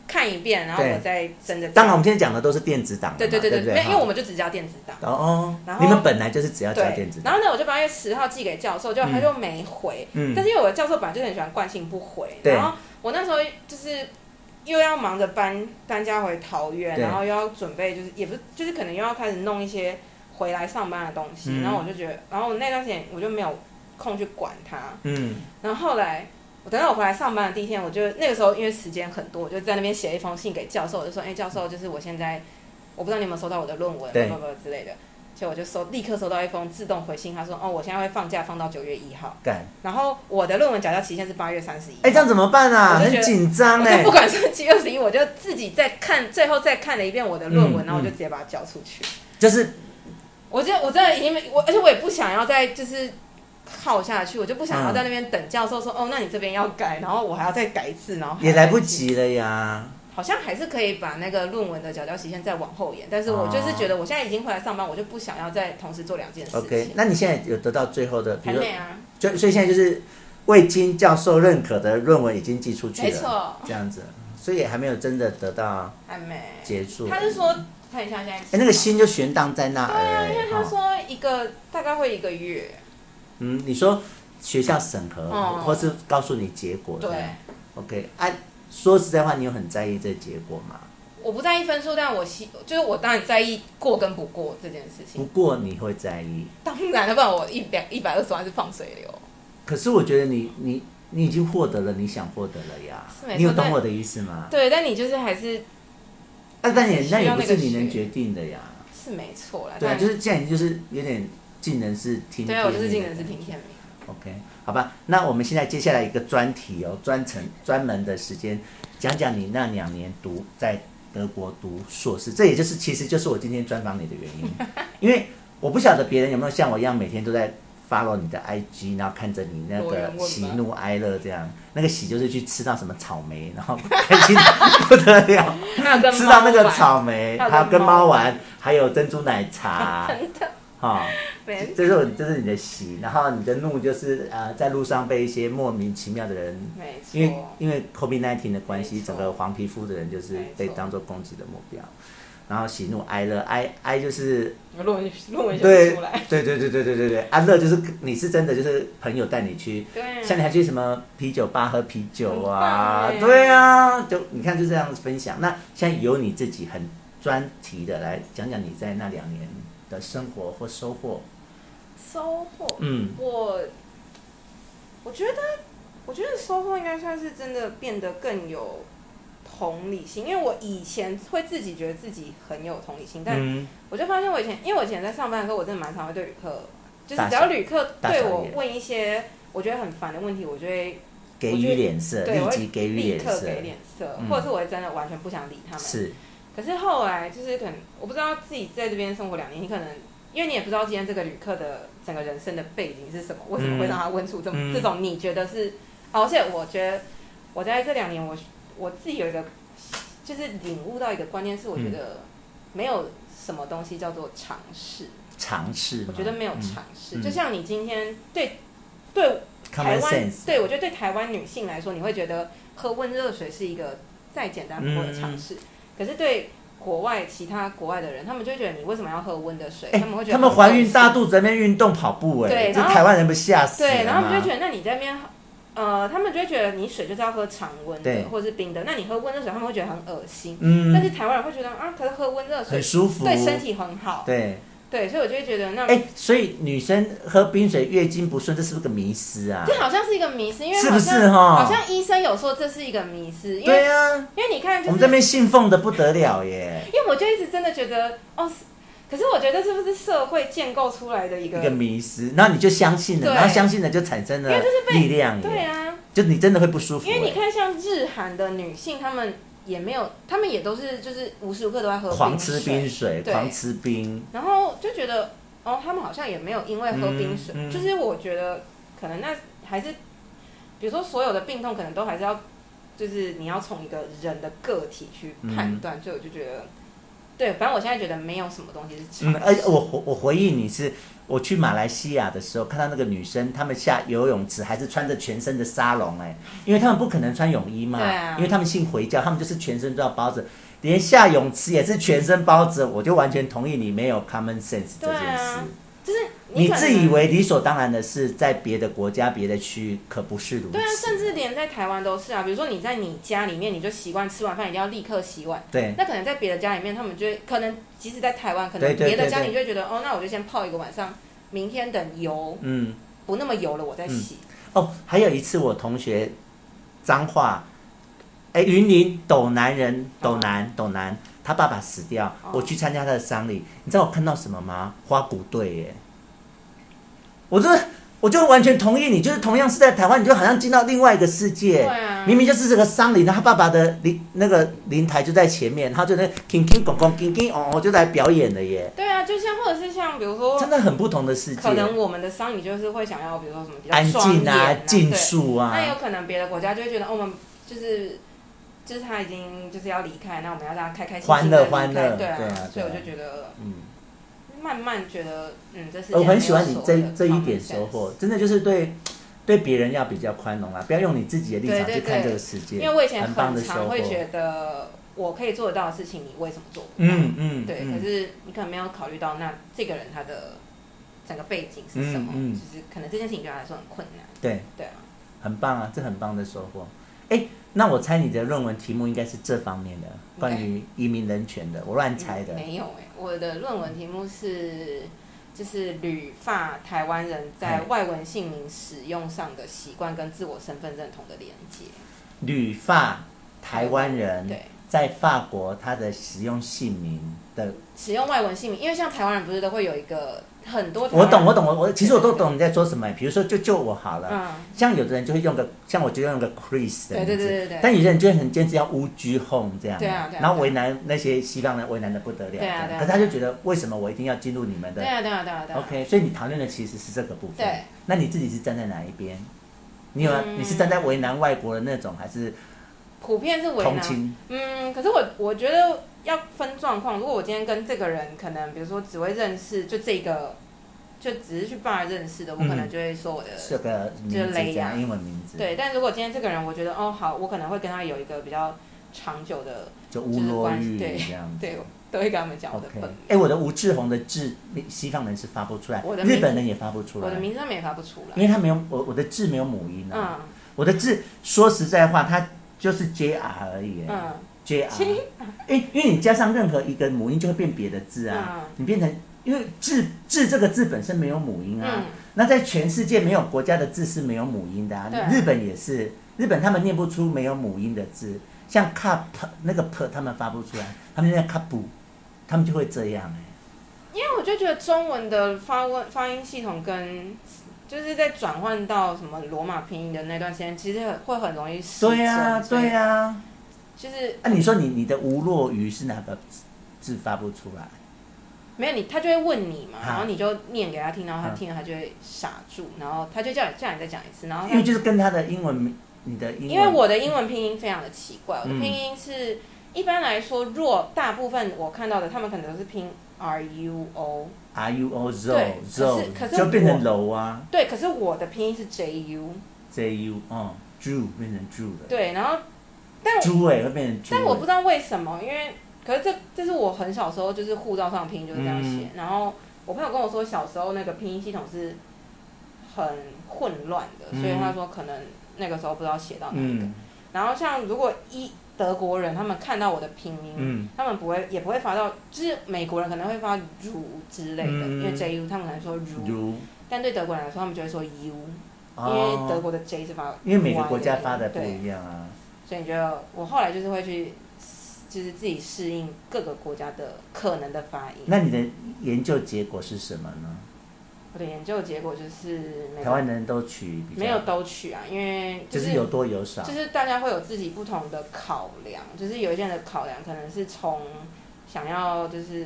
B: 看一遍，然后
A: 对
B: 我再真的。
A: 当然，我们现在讲的都是电子档的嘛，
B: 对对对
A: 对
B: 对
A: 不
B: 没有因为我
A: 哈
B: 们就只教电子档。
A: 哦
B: 然
A: 哦，
B: 后
A: 你们本来就是只要交
B: 对
A: 电子，档，
B: 然后呢，我就八月十号寄给教授，就他就没回。
A: 嗯
B: 但是因为我的教授本来就很喜欢惯性不回，
A: 对
B: 然后我那时候就是又要忙着搬搬家回桃园，
A: 对
B: 然后又要准备就是也不是就是可能又要开始弄一些回来上班的东西，
A: 嗯
B: 然后我就觉得，然后我那段时间我就没有空去管他。
A: 嗯，
B: 然后后来我等到我回来上班的第一天，我就那个时候因为时间很多，我就在那边写了一封信给教授，我就说：“哎、教授，就是我现在我不知道你有没有收到我的论文，
A: 对
B: 不不之类的。”结果我就收立刻收到一封自动回信，他说：“哦，我现在会放假放到九月一号，
A: 干，
B: 然后我的论文缴交期限是八月三十一。”
A: 哎，这样怎么办啊？
B: 我就觉
A: 很
B: 得
A: 紧张
B: 我
A: 哎
B: 就 不，管是七二十一，我就自己再看，最后再看了一遍我的论
A: 嗯
B: 文，然后我就直接把它交出去。
A: 就是
B: 我这我真的已经没我，而且我也不想要再就是耗下去，我就不想要在那边等教授说、哦，那你这边要改，然后我还要再改一次，然后还要
A: 也来不
B: 改一次。
A: 及了呀。
B: 好像还是可以把那个论文的缴交期限再往后延，但是我就是觉得我现在已经回来上班，我就不想要再同时做两件事情。
A: OK，那你现在有得到最后的，比
B: 还
A: 如说，
B: 没啊，
A: 就所以现在就是未经教授认可的论文已经寄出去了，
B: 没错，
A: 这样子，所以也还没有真的得到
B: 还没。
A: 结束。
B: 他是说看一下现在几号，
A: 哎，那个心就悬荡在那
B: 对啊，
A: 儿
B: 因为
A: 哎，
B: 他
A: 哈，
B: 说一个大概会一个月，
A: 嗯，你说学校审核，
B: 哦
A: 或是告诉你结果，
B: 对。
A: ，OK，啊，说实在话，你有很在意这结果吗？
B: 我不在意分数，但我希就是我当然在意过跟不过这件事情
A: 不。过你会在意，
B: 当然了，不然我一两一百二十万是放水流。
A: 可是我觉得你你你已经获得了你想获得了呀
B: 是没，错
A: 你有懂我的意思吗？
B: 对，但你就是还是
A: 啊，但也
B: 需要
A: 那也不
B: 那个
A: 是你能决
B: 学
A: 定的呀。
B: 是没错啦。
A: 对啊，
B: 但
A: 就是既然你就是有点尽人事听
B: 对
A: 天命
B: 啊，我就是尽人事听 天命。
A: OK，好吧，那我们现在接下来一个专题哦，专程专门的时间讲讲你那两年读在德国读硕士，这也就是其实就是我今天专访你的原 因，因为我不晓得别人有没有像我一样每天都在 follow 你的 IG，然后看着你那
B: 有人
A: 个
B: 问吗
A: 喜怒哀乐这样，那个喜就是去吃到什么草莓，然后开心得不得了，
B: 还有跟
A: 吃到那个
B: 猫玩，
A: 草莓，
B: 还有
A: 还有跟
B: 跟猫
A: 猫
B: 玩
A: 玩，还有珍珠奶茶，真的，哈、
B: 没
A: 这是我，这是你的喜，然后你的怒就是呃，在路上被一些莫名其妙的人，
B: 没
A: 因为
B: 错，
A: 因为 COVID 1 9的关系，
B: 没错
A: 整个黄皮肤的人就是
B: 没错
A: 被当做攻击的目标，然后喜怒哀乐，哀哀就是
B: 我论文论文写
A: 对
B: 不出来。
A: 对对对对对对对，安乐就是你是真的就是朋友带你去，
B: 对啊
A: 像你还去什么啤酒吧喝啤酒啊
B: 很棒耶，
A: 对
B: 欸
A: 啊，就你看就这样分享。那现在由你自己很专题的来讲讲你在那两年的生活或收获，
B: 收获，
A: 嗯。
B: 我我觉得我觉得收获应该算是真的变得更有同理心，因为我以前会自己觉得自己很有同理心，但
A: 嗯，
B: 我就发现我以前，因为我以前在上班的时候，我真的蛮常会对旅客，就是
A: 大
B: 只
A: 小
B: 要旅客
A: 大小
B: 对我
A: 眼
B: 问一些我觉得很烦的问题，我就会
A: 给予脸色，
B: 对
A: 呃立
B: 我
A: 即
B: 会
A: 给予
B: 立
A: 脸
B: 刻
A: 色，
B: 给脸色，
A: 嗯
B: 或者是我会真的完全不想理他们。
A: 是，
B: 可是后来就是可能我不知道自己在这边生活两年，你可能因为你也不知道今天这个旅客的整个人生的背景是什么，为什么会让他问出这么、
A: 嗯
B: 这种你觉得是，啊而且我觉得我在这两年我我自己有一个就是领悟到一个观念是，我
A: 嗯
B: 觉得没有什么东西叫做尝试。
A: 尝试吗。
B: 我觉得没有
A: 嗯
B: 尝试，
A: 嗯
B: 就像你今天对对台
A: common
B: 湾
A: sense，，
B: 对我觉得对台湾女性来说，你会觉得喝温热水是一个再简单不过的尝
A: 嗯
B: 试，可是对国外其他国外的人，他们就会觉得你为什么要喝温的水？
A: 哎
B: 他们会觉得
A: 他们
B: 很
A: 怀孕
B: 恶
A: 大
B: 心
A: 肚子在那边运动跑步，哎，
B: 对
A: 这
B: 然后
A: 台湾人不吓死
B: 对，
A: 了
B: 然后他们就
A: 吗
B: 会？觉得那你在那边。呃，他们就会觉得你水就是要喝常温
A: 对
B: 的，或者是冰的。那你喝温热水，他们会觉得很恶心。但
A: 嗯，
B: 是台湾人会觉得啊，可是喝温热水
A: 很舒服，
B: 对身体很好。
A: 对，
B: 对，所以我就会觉得那
A: 哎，所以女生喝冰水月经不顺，这是不是个迷思啊？
B: 这好像是一个迷思，因为
A: 是
B: 好
A: 不
B: 像
A: 是哈？
B: 好像医生有说这是一个迷思，因为
A: 对啊，
B: 因为你看，
A: 我
B: 就
A: 们
B: 是
A: 这边信奉的不得了耶，
B: 因为我就一直真的觉得哦，是可是我觉得这是不是社会建构出来的一个
A: 一个迷思，然后你就相信了，
B: 对
A: 然后相信了就产生了力量
B: 对
A: 耶，
B: 啊，
A: 就你真的会不舒服
B: 因为
A: 耶，
B: 你看像日韩的女性，她们也没有，他们也都是就是无时无刻都在喝
A: 狂吃冰
B: 水，
A: 水，
B: 对
A: 狂吃冰，
B: 然后就觉得哦，他们好像也没有因为喝冰水，
A: 嗯嗯
B: 就是我觉得可能那还是，比如说所有的病痛可能都还是要，就是你要从一个人的个体去判断，所以我就觉得，对，反正我现在觉得没有什么东西是常
A: 嗯，
B: 识
A: 而且我回我回忆你是我去马来西亚的时候，看到那个女生，她们下游泳池还是穿着全身的纱笼，哎，因为她们不可能穿泳衣嘛，
B: 对啊
A: 因为她们信回教，她们就是全身都要包着，连下泳池也是全身包着，我就完全同意你没有 common sense 这
B: 对
A: 件事。
B: 啊，就是
A: 你
B: 可能
A: 自以为理所当然的是，在别的国家、别的区域可不是如此。
B: 对啊，甚至连在台湾都是啊。比如说你在你家里面，你就习惯吃完饭一定要立刻洗碗。
A: 对
B: 那可能在别的家里面，他们就会可能即使在台湾，可
A: 对
B: 能
A: 对
B: 别的
A: 对嗯
B: 家
A: 对
B: 里就会觉得哦，那我就先泡一个晚上，明天等油
A: 嗯。
B: 不那么油了我再洗。
A: 哦，还有一次我同学脏话，哎，云林斗南人，斗南斗南，他爸爸死掉，
B: 哦
A: 我去参加他的丧礼，你知道我看到什么吗？花鼓队耶，我这我就完全同意你，就是同样是在台湾，你就好像进到另外一个世界。
B: 对啊，
A: 明明就是这个丧礼，然后他爸爸的灵那个灵台就在前面，他就那叮叮咣咣叮叮哦哦就来表演了耶，
B: 对啊，就像或者是像比如说，
A: 真的很不同的世界，
B: 可能我们的丧礼就是会想要，比如说什么比较
A: 安
B: 庄严
A: 静啊、
B: 对
A: 禁。术啊，
B: 那有可能别的国家就会觉得，哦，我们就是就是他已经就是要离开，那我们要让他开开心
A: 欢
B: 心的
A: 乐欢乐
B: 对
A: 对啊
B: 所以我
A: 对啊
B: 就觉得。
A: 嗯。哦
B: 慢慢觉得，嗯，这是
A: 我很喜欢你这
B: 没有
A: 这
B: 所谓的
A: 一点收获，真的就是对对别人要比较宽容啦，啊不要用你自己的立场
B: 对对
A: 去看
B: 对
A: 这个世界，
B: common sense。因为我以前
A: 很棒的
B: 很
A: 收
B: 常
A: 获。
B: 会觉得，我可以做得到的事情，你为什么做不到？
A: 嗯嗯，
B: 对。可
A: 嗯
B: 是你可能没有考虑到，那这个人他的整个背景是什么？
A: 嗯嗯
B: 就是可能这件事情对他来说很困难。
A: 对，
B: 对啊，
A: 很棒啊，这很棒的收获。哎，那我猜你的论文题目应该是这方面的，关于移民人权的，我乱猜的
B: 嗯。没有哎、我的论文题目是。就是旅法台湾人在
A: 嘿
B: 外文姓名使用上的习惯跟自我身份认同的连接。
A: 旅法台湾人
B: 对，
A: 在法国他的使用姓名的，
B: 使用外文姓名，因为像台湾人不是都会有一个很多台湾
A: 我
B: 人。
A: 懂我懂我我其实我都懂你在说什么。比如说就就我好了，
B: 嗯，
A: 像有的人就会用个，像我就用个 Chris 的名字，
B: 对对对对对。
A: 但有些人就会很坚持要 UG home 这样，
B: 对啊对啊
A: 然后为难那些西方人，为难的不得了，
B: 对啊对
A: 这样
B: 啊
A: 可是他就觉得为什么我一定要进入你们的
B: 对啊，对啊，对啊，对啊。
A: OK？所以你讨论的其实是这个部分。
B: 对，
A: 那你自己是站在哪一边？你有、啊
B: 嗯
A: 你是站在为难外国人那种，还是
B: 普遍是为
A: 同
B: 难。
A: 情？
B: 嗯，可是我我觉得要分状况。如果我今天跟这个人，可能比如说只会认识就这个，就只是去 bar 认识的，我可能
A: 嗯
B: 就会说我的。
A: 这个名字
B: 雷
A: 这
B: 亚
A: 样，英文名字，
B: 对，但如果今天这个人，我觉得哦好，我可能会跟他有一个比较长久的，
A: 就乌罗玉
B: 就是关系
A: 这样子。
B: 对，我都会跟他们讲我的
A: OK，
B: 本
A: 哎
B: 名、
A: 我的吴志宏的志，西方人是发不出来
B: 我，的名
A: 日本人也发不出来
B: 我的，名字他们也发不出来。
A: 因为他没有我我的字没有母音啊。
B: 嗯
A: 我的字说实在话，它就是 JR 而已。哎
B: 嗯
A: JR，因因为你加上任何一个母音，就会变别的字啊，
B: 嗯
A: 你变成因为字字这个字本身没有母音啊，
B: 嗯，
A: 那在全世界没有国家的字是没有母音的啊
B: 对，
A: 日本也是，日本他们念不出没有母音的字，像 cup 那个 p 他们发不出来，他们念 cup，他们就会这样哎、
B: 因为我就觉得中文的发问发音系统跟就是在转换到什么罗马拼音的那段时间，其实很会很容易失
A: 对呀、
B: 真所以
A: 对呀、啊，
B: 就是
A: 你说你你的吴若愚是哪个字字发不出来？
B: 没有你，他就会问你嘛，
A: 啊
B: 然后你就念给他听，然后他
A: 嗯
B: 听了他就会傻住，然后他就叫你叫你再讲一次，然后
A: 因为
B: 他
A: 就是跟他的 英文名，你的英文，
B: 因为我的英文拼音非常的奇怪，我的
A: 嗯
B: 拼音是、一般来说弱，大部分我看到的他们可能都是拼 R U O，
A: R U O Z
B: 对
A: O
B: 可
A: Z O
B: 是可是
A: 就变成
B: 我
A: 楼啊。
B: 对，可是我的拼音是 J U，
A: J U，嗯，Jew 变成 Jew 了，
B: 对，然后但我
A: 猪哎会变成猪。
B: 但我不知道为什么，因为可是这这是我很小时候就是护照上拼音就是这样
A: 嗯
B: 写，然后我朋友跟我说小时候那个拼音系统是很混乱的，
A: 嗯
B: 所以他说可能那个时候不知道写到哪一个。
A: 嗯
B: 然后像如果一德国人他们看到我的拼音，
A: 嗯
B: 他们不会也不会发到，就是美国人可能会发如之类的，
A: 嗯
B: 因为 J U 他们可能说如，
A: 如
B: 但对德国人来说他们就会说 U，因为德
A: 哦，
B: 国的 J 是发 Y 的，
A: 因为每个国家发的不
B: 对
A: 一样啊。
B: 所以你就我后来就是会去，就是自己适应各个国家的可能的发音。
A: 那你的研究结果是什么呢？
B: 我的研究结果就是没
A: 台湾人都取比较
B: 没有都取啊，因为
A: 就是是有多有少
B: 就，是大家会有自己不同的考量，就是有一些人的考量可能是从想要就是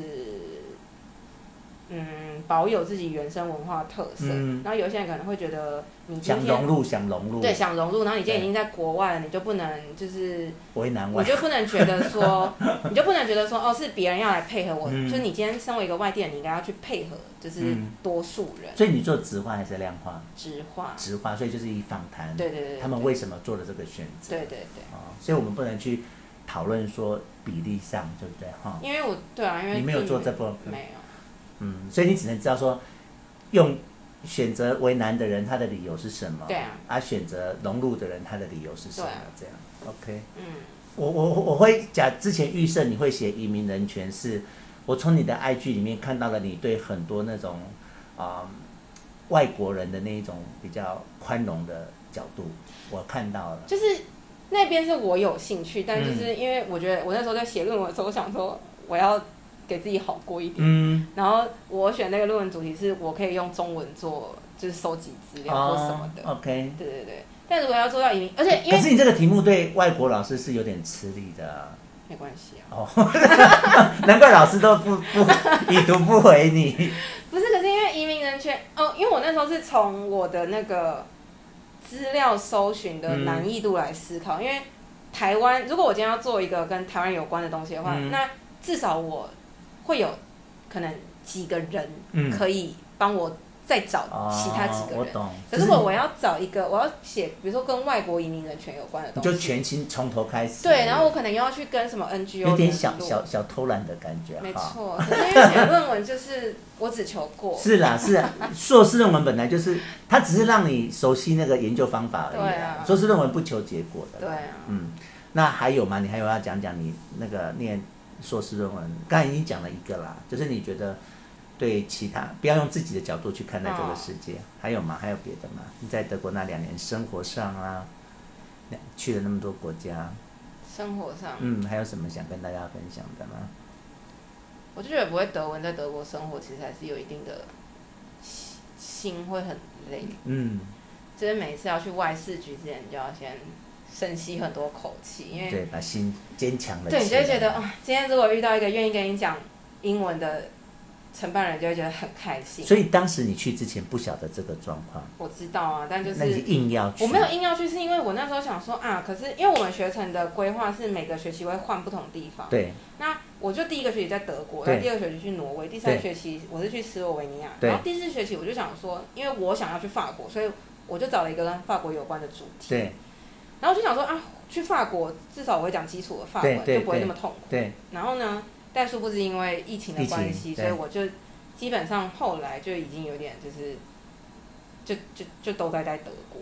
B: 嗯保有自己原生文化特色，
A: 嗯
B: 然后有一些人可能会觉得你今
A: 想融
B: 天
A: 入想融入，
B: 对想融入，然后你今
A: 对
B: 天已经在国外了，你就不能就是
A: 为难
B: 你
A: 外，
B: 就不能觉得说你就不能觉得说哦是别人要来配合我，
A: 嗯
B: 就是你今天身为一个外地人，你应该要去配合就是
A: 嗯
B: 多数人
A: 所以你做直化还是量化？
B: 直化，
A: 直化，所以就是以访谈，
B: 对对对对，
A: 他们
B: 对
A: 为什么做了这个选择？
B: 对对对。
A: 哦，所以我们不能去讨论说比例上，对不对？哈、
B: 因为我对啊，因为
A: 你没有
B: 并
A: 做这部分
B: 没有，
A: 嗯，所以你只能知道说，用选择为难的人他的理由是什么，
B: 对啊，
A: 而、选择融入的人他的理由是什么，
B: 对啊
A: 这样，OK。
B: 嗯，
A: 我我我会假之前预设你会写移民人权是，我从你的 IG 里面看到了你对很多那种啊、外国人的那一种比较宽容的角度，我看到了。
B: 就是那边是我有兴趣，但
A: 嗯
B: 就是因为我觉得我那时候在写论文的时候，我想说我要给自己好过一点，
A: 嗯，
B: 然后我选那个论文主题是我可以用中文做，就是收集资料
A: 哦
B: 或什么的，
A: o k
B: 对对对。但如果要做到移民，而且因
A: 可
B: 为
A: 是你这个题目对外国老师是有点吃力的啊、
B: 没关系啊，
A: 难怪老师都不不 已读不回你。
B: 不是，可是因为移民人权，哦，因为我那时候是从我的那个资料搜寻的难易度来思考，因为台湾，如果我今天要做一个跟台湾有关的东西的话，
A: 嗯
B: 那至少我会有可能几个人
A: 嗯，
B: 可以帮我再找其他几
A: 哦
B: 个
A: 我
B: 人。
A: 懂。
B: 可是如果我要找一个，我要写，比如说跟外国移民人权有关的
A: 你
B: 东
A: 就
B: 西，
A: 全新从头开始。
B: 对，然后我可能又要去跟什么 NGO
A: 有点
B: 联
A: 小
B: 络
A: 小小偷懒的感觉
B: 没
A: 哈。
B: 错，可是因为写论文就是我只求过，
A: 是啦，是啦，硕士论文本来就是，它只是让你熟悉那个研究方法而已
B: 对
A: 啦
B: 啊
A: 硕士论文不求结果的。
B: 对。啊。
A: 嗯，那还有吗？你还有要讲讲你那个念硕士论文？刚才已经讲了一个啦，就是你觉得对其他不要用自己的角度去看待这个世界，
B: 哦
A: 还有吗？还有别的吗？你在德国那两年生活上啊，那去了那么多国家，
B: 生活上，
A: 嗯，还有什么想跟大家分享的吗？
B: 我就觉得不会德文，在德国生活其实还是有一定的心心会很累，
A: 嗯，
B: 就是每次要去外事局之前，你就要先深吸很多口气，因为
A: 对，把心坚强了起来。
B: 对，你就会觉得啊，今天如果遇到一个愿意跟你讲英文的承办人，就会觉得很开心。
A: 所以当时你去之前不晓得这个状况，
B: 我知道啊，但就
A: 那你
B: 是。
A: 硬要去。
B: 我没有硬要去，是因为我那时候想说啊，可是因为我们学程的规划是每个学期会换不同地方，
A: 对
B: 那我就第一个学期在德国，
A: 对
B: 然后第二个学期去挪威，第三
A: 对
B: 学期我是去斯洛维尼亚，
A: 对
B: 然后第四学期我就想说，因为我想要去法国，所以我就找了一个跟法国有关的主题。
A: 对
B: 然后我就想说啊，去法国至少我会讲基础的法文，
A: 对对
B: 就不会那么痛苦。
A: 对，
B: 然后呢，但殊不知因为疫情的关
A: 疫情
B: 系，
A: 对
B: 所以我就基本上后来就已经有点就是，就就就都待在德国。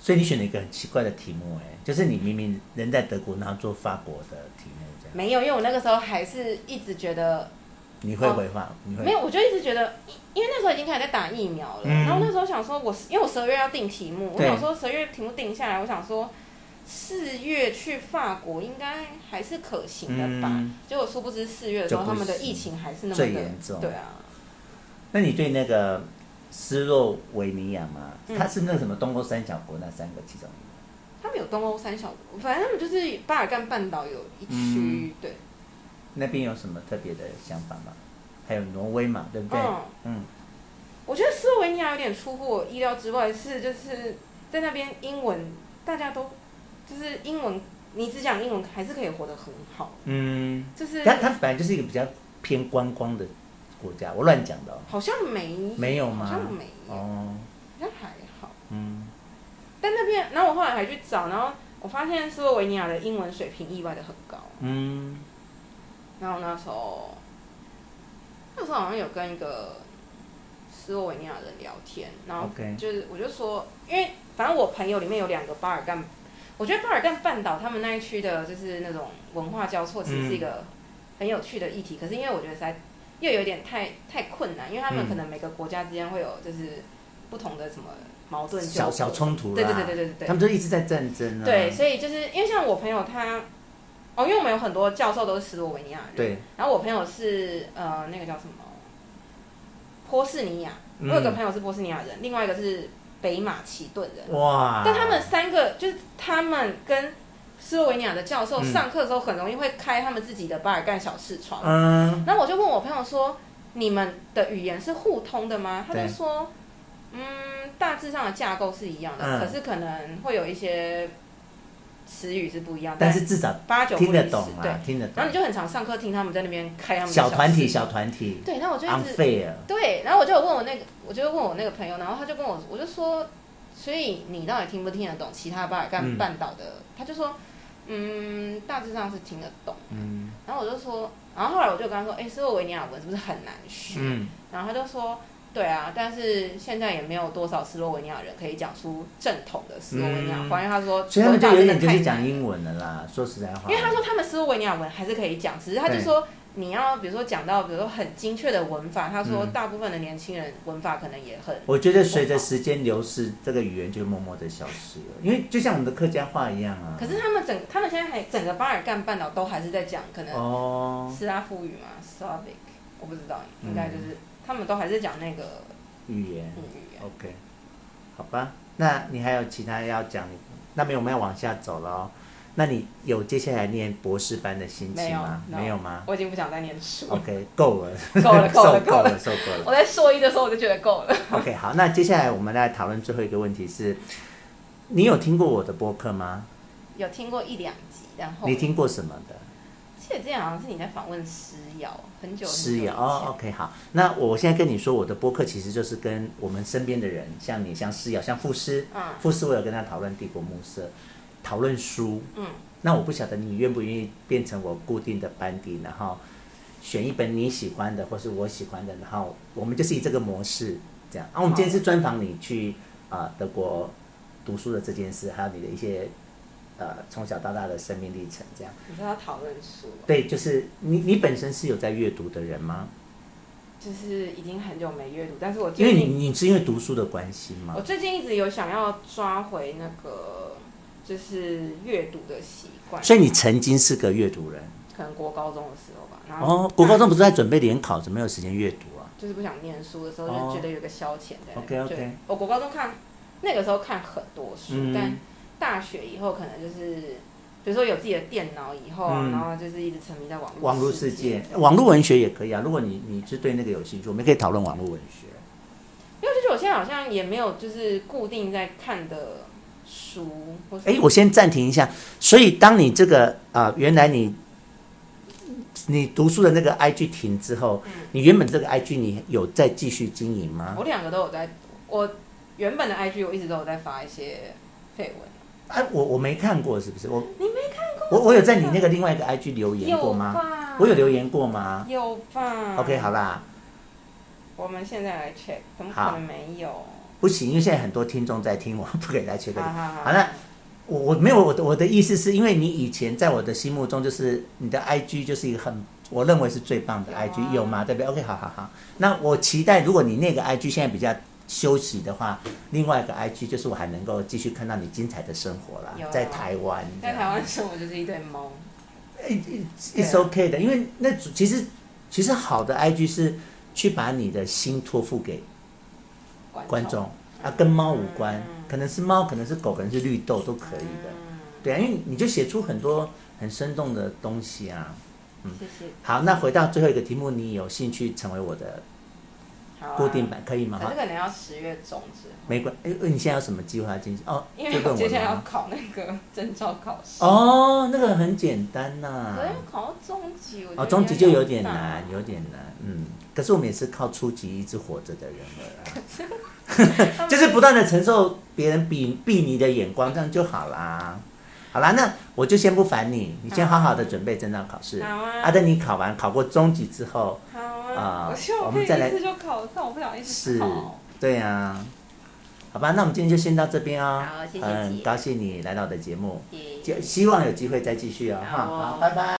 A: 所以你选了一个很奇怪的题目，哎，就是你明明人在德国，然后做法国的题目这样，
B: 没有，因为我那个时候还是一直觉得
A: 你会回话，你
B: 哦没
A: 会
B: 有，我就一直觉得，因因为那时候已经开始在打疫苗了，
A: 嗯
B: 然后那时候想说我，是因为我十二月要定题目，我
A: 对
B: 想说十二月题目定下来，我想说四月去法国应该还是可行的吧。
A: 嗯，
B: 结果殊不知四月的时候，
A: 就不
B: 他
A: 行
B: 们的疫情还是那么
A: 最
B: 的
A: 严重
B: 对啊，
A: 那你对那个斯洛维尼亚嘛，
B: 嗯
A: 它是那个什么东欧三小国那三个其中一
B: 他们有东欧三小国，反正他们就是巴尔干半岛有一区，对，
A: 个，那边有什么特别的想法吗？还有挪威嘛，对不对？
B: 嗯，
A: 嗯，
B: 我觉得斯洛文尼亚有点出乎我意料之外，是就是在那边英文大家都就是英文，你只讲英文还是可以活得很好，
A: 嗯，
B: 就是
A: 但它本来就是一个比较偏观光的国家，我乱讲的哦。
B: 好像没
A: 没有吗
B: 好像没有，好
A: 哦，
B: 像还好。
A: 嗯，
B: 但那边，然后我后来还去找，然后我发现斯洛维尼亚的英文水平意外的很高。
A: 嗯，
B: 然后那时候，那时候好像有跟一个斯洛维尼亚人聊天，然后
A: OK
B: 就是我就说，因为反正我朋友里面有两个巴尔干，我觉得巴尔干半岛他们那一区的就是那种文化交错，其实是一
A: 嗯
B: 个很有趣的议题。可是因为我觉得实在又有点太太困难，因为他
A: 嗯
B: 们可能每个国家之间会有就是不同的什么矛盾纠
A: 小
B: 葛
A: 小冲突啦，
B: 对对对对对对
A: 他们就一直在战争啊。
B: 对，所以就是因为像我朋友他，哦，因为我们有很多教授都是斯洛文尼亚人，
A: 对，
B: 然后我朋友是呃那个叫什么波士尼亚，
A: 嗯
B: 我有个朋友是波斯尼亚人，另外一个是北马其顿人，
A: 哇！
B: 但他们三个就是他们跟斯洛维尼亚的教授
A: 嗯
B: 上课的时候，很容易会开他们自己的巴尔干小视窗。
A: 嗯，
B: 然后我就问我朋友说：“你们的语言是互通的吗？”他
A: 对
B: 就说：“嗯，大致上的架构是一样的，
A: 嗯
B: 可是可能会有一些词语是不一样，
A: 但是至少
B: 八九
A: 听
B: 不离
A: 得
B: 十。
A: 懂
B: 对
A: 啊，，听得
B: 然
A: 懂
B: 后你。就很常上课听他们在那边开他们的
A: 小团体，
B: 视
A: 小团体
B: 对，那我就一直
A: ，unfair。
B: 对，然后我就有问我那个，我就问我那个朋友，然后他就跟我，我就说，所以你到底听不听得懂其他巴尔
A: 嗯
B: 干半岛的？他就说，嗯，大致上是听得懂。
A: 嗯
B: 然后我就说，然后后来我就跟他说，哎，斯洛维尼亚文是不是很难学？
A: 嗯，
B: 然后他就说，对啊，但是现在也没有多少斯洛文尼亚人可以讲出正统的斯洛文尼亚话，因为他说，
A: 嗯所以他们就有点就
B: 文
A: 是
B: 法真的太
A: 讲
B: 难
A: 英文的啦。说实在话，
B: 因为他说他们斯洛文尼亚文还是可以讲，只是他就
A: 对
B: 说你要比如说讲到比如说很精确的文法，他说大部分的年轻人文法可能也很，
A: 我觉得随着时间流逝，这个语言就默默的消失了，因为就像我们的客家话一样啊。
B: 可是他们整他们现在还整个巴尔干半岛都还是在讲可能
A: 哦，
B: 斯拉夫语嘛，Slavic，我不知道，应该就是、他们都还是讲那个
A: 语言
B: 母语、啊。
A: ，OK，好吧。那你还有其他要讲？那没有，我们要往下走了哦。那你有接下来念博士班的心情吗？
B: 没有
A: 没有吗
B: 啊我已经不想再念书了，
A: ？OK，够了，
B: 够了够了
A: 受
B: 哦够
A: 够
B: 了
A: 了，。受够了。
B: 我在硕一的时候我就觉得够了。
A: OK，好，那接下来我们来讨论最后一个问题是，你有听过我的播客吗？
B: 有听过一两集，然后
A: 你，听过什么的？
B: 记得之前好像是你在访问诗瑶，很久很久
A: 是呀，
B: 以前
A: 哦，OK，好。那我现在跟你说，我的播客其实就是跟我们身边的人，像你，像师瑶，像傅师，
B: 嗯
A: 傅师我有跟他讨论帝国暮色，讨论书。
B: 嗯，
A: 那我不晓得你愿不愿意变成我固定的班底，然后选一本你喜欢的或是我喜欢的，然后我们就是以这个模式这样。啊，我们今天是专访你去啊、呃德国读书的这件事，还有你的一些呃从小到大的生命历程这样。
B: 你知道讨论书哦。
A: 对，就是你你本身是有在阅读的人吗？
B: 就是已经很久没阅读，但是我
A: 因
B: 最
A: 为你
B: 近
A: 你是因为读书的关系吗
B: 我？最近一直有想要抓回那个就是阅读的习惯，
A: 所以你曾经是个阅读人
B: 可能国高中的时候吧。然后
A: 哦。国高中不是在准备联考，怎么没有时间阅读啊？
B: 就是不想念书的时候，
A: 哦
B: 就觉得有个消遣在那边。
A: OK，OK
B: 就我国高中看那个时候看很多书，
A: 嗯
B: 但大学以后可能就是比如说有自己的电脑以后啊，
A: 嗯
B: 然后就是一直沉迷在网
A: 网络
B: 络
A: 世界
B: 界。、
A: 网络文学也可以啊。如果你你是对那个有兴趣，我们也可以讨论网络文学。
B: 因为就是我现在好像也没有就是固定在看的书，或是
A: 哎，我先暂停一下。所以当你这个啊、呃原来你你读书的那个 IG 停之后，你原本这个 IG 你有再继续经营吗？
B: 我两个都有在，我原本的 IG 我一直都有在发一些绯闻，
A: 哎、我我没看过，是不是？我你没看过？我我有在你那个另外一个 IG 留言过
B: 有
A: 吗？
B: 吧？
A: 我有啊嗯留言过吗
B: 有吧
A: ？OK，好啦。
B: 我们现在来 check，怎么可
A: 好
B: 能没有？
A: 不行，因为现在很多听众在听，我不给大家缺个
B: 好
A: 礼。
B: 好
A: 好了，我我没有我的我的意思是因为你以前在我的心目中就是你的 IG 就是一个很我认为是最棒的
B: 有啊
A: IG，有,、吗？对不对？OK，好好好。那我期待如果你那个 IG 现在比较休息的话，另外一个 IG 就是我还能够继续看到你精彩的生活啦
B: 有，啊
A: 在台湾。
B: 在台湾生活就是一堆猫，
A: i t s OK 的，因为那主其实其实好的 IG 是去把你的心托付给观众啊，跟猫无关，可能是猫，可能是狗，可能是绿豆都可以的。对啊，因为你就写出很多很生动的东西啊。
B: 嗯，谢谢。
A: 好，那回到最后一个题目，你有兴趣成为我的
B: 好啊
A: 固定，版可以吗？
B: 可是可能要十月中之后，
A: 没关，哎，你现在有什么计划进行？哦，
B: 因
A: 就
B: 为
A: 问
B: 我接
A: 我
B: 下来要
A: 吗？
B: 考那个证照考试，
A: 哦，那个很简单呐、
B: 可是考到中级，我觉得
A: 哦，中级就有点
B: 压力
A: 难，有点难，嗯。可是我们也是靠初级一直活着的人了
B: 很大，
A: 啊，就是不断的承受别人鄙鄙你的眼光，这样就好啦。好啦，那我就先不烦你，你先好好的准备证照考试。
B: 好啊
A: 啊，等你考完考过中级之后，
B: 好
A: 啊
B: 啊，我希望
A: 我
B: 我
A: 们
B: 可以
A: 再来
B: 一次就考上，我不想一直
A: 是
B: 考。，
A: 对啊。好吧，那我们今天就先到这边哦。
B: 好谢谢
A: 嗯，
B: 姐
A: 高兴你来到我的节目，
B: 耶
A: 就希望有机会再继续哦。
B: 好哦
A: 哈，好，拜拜。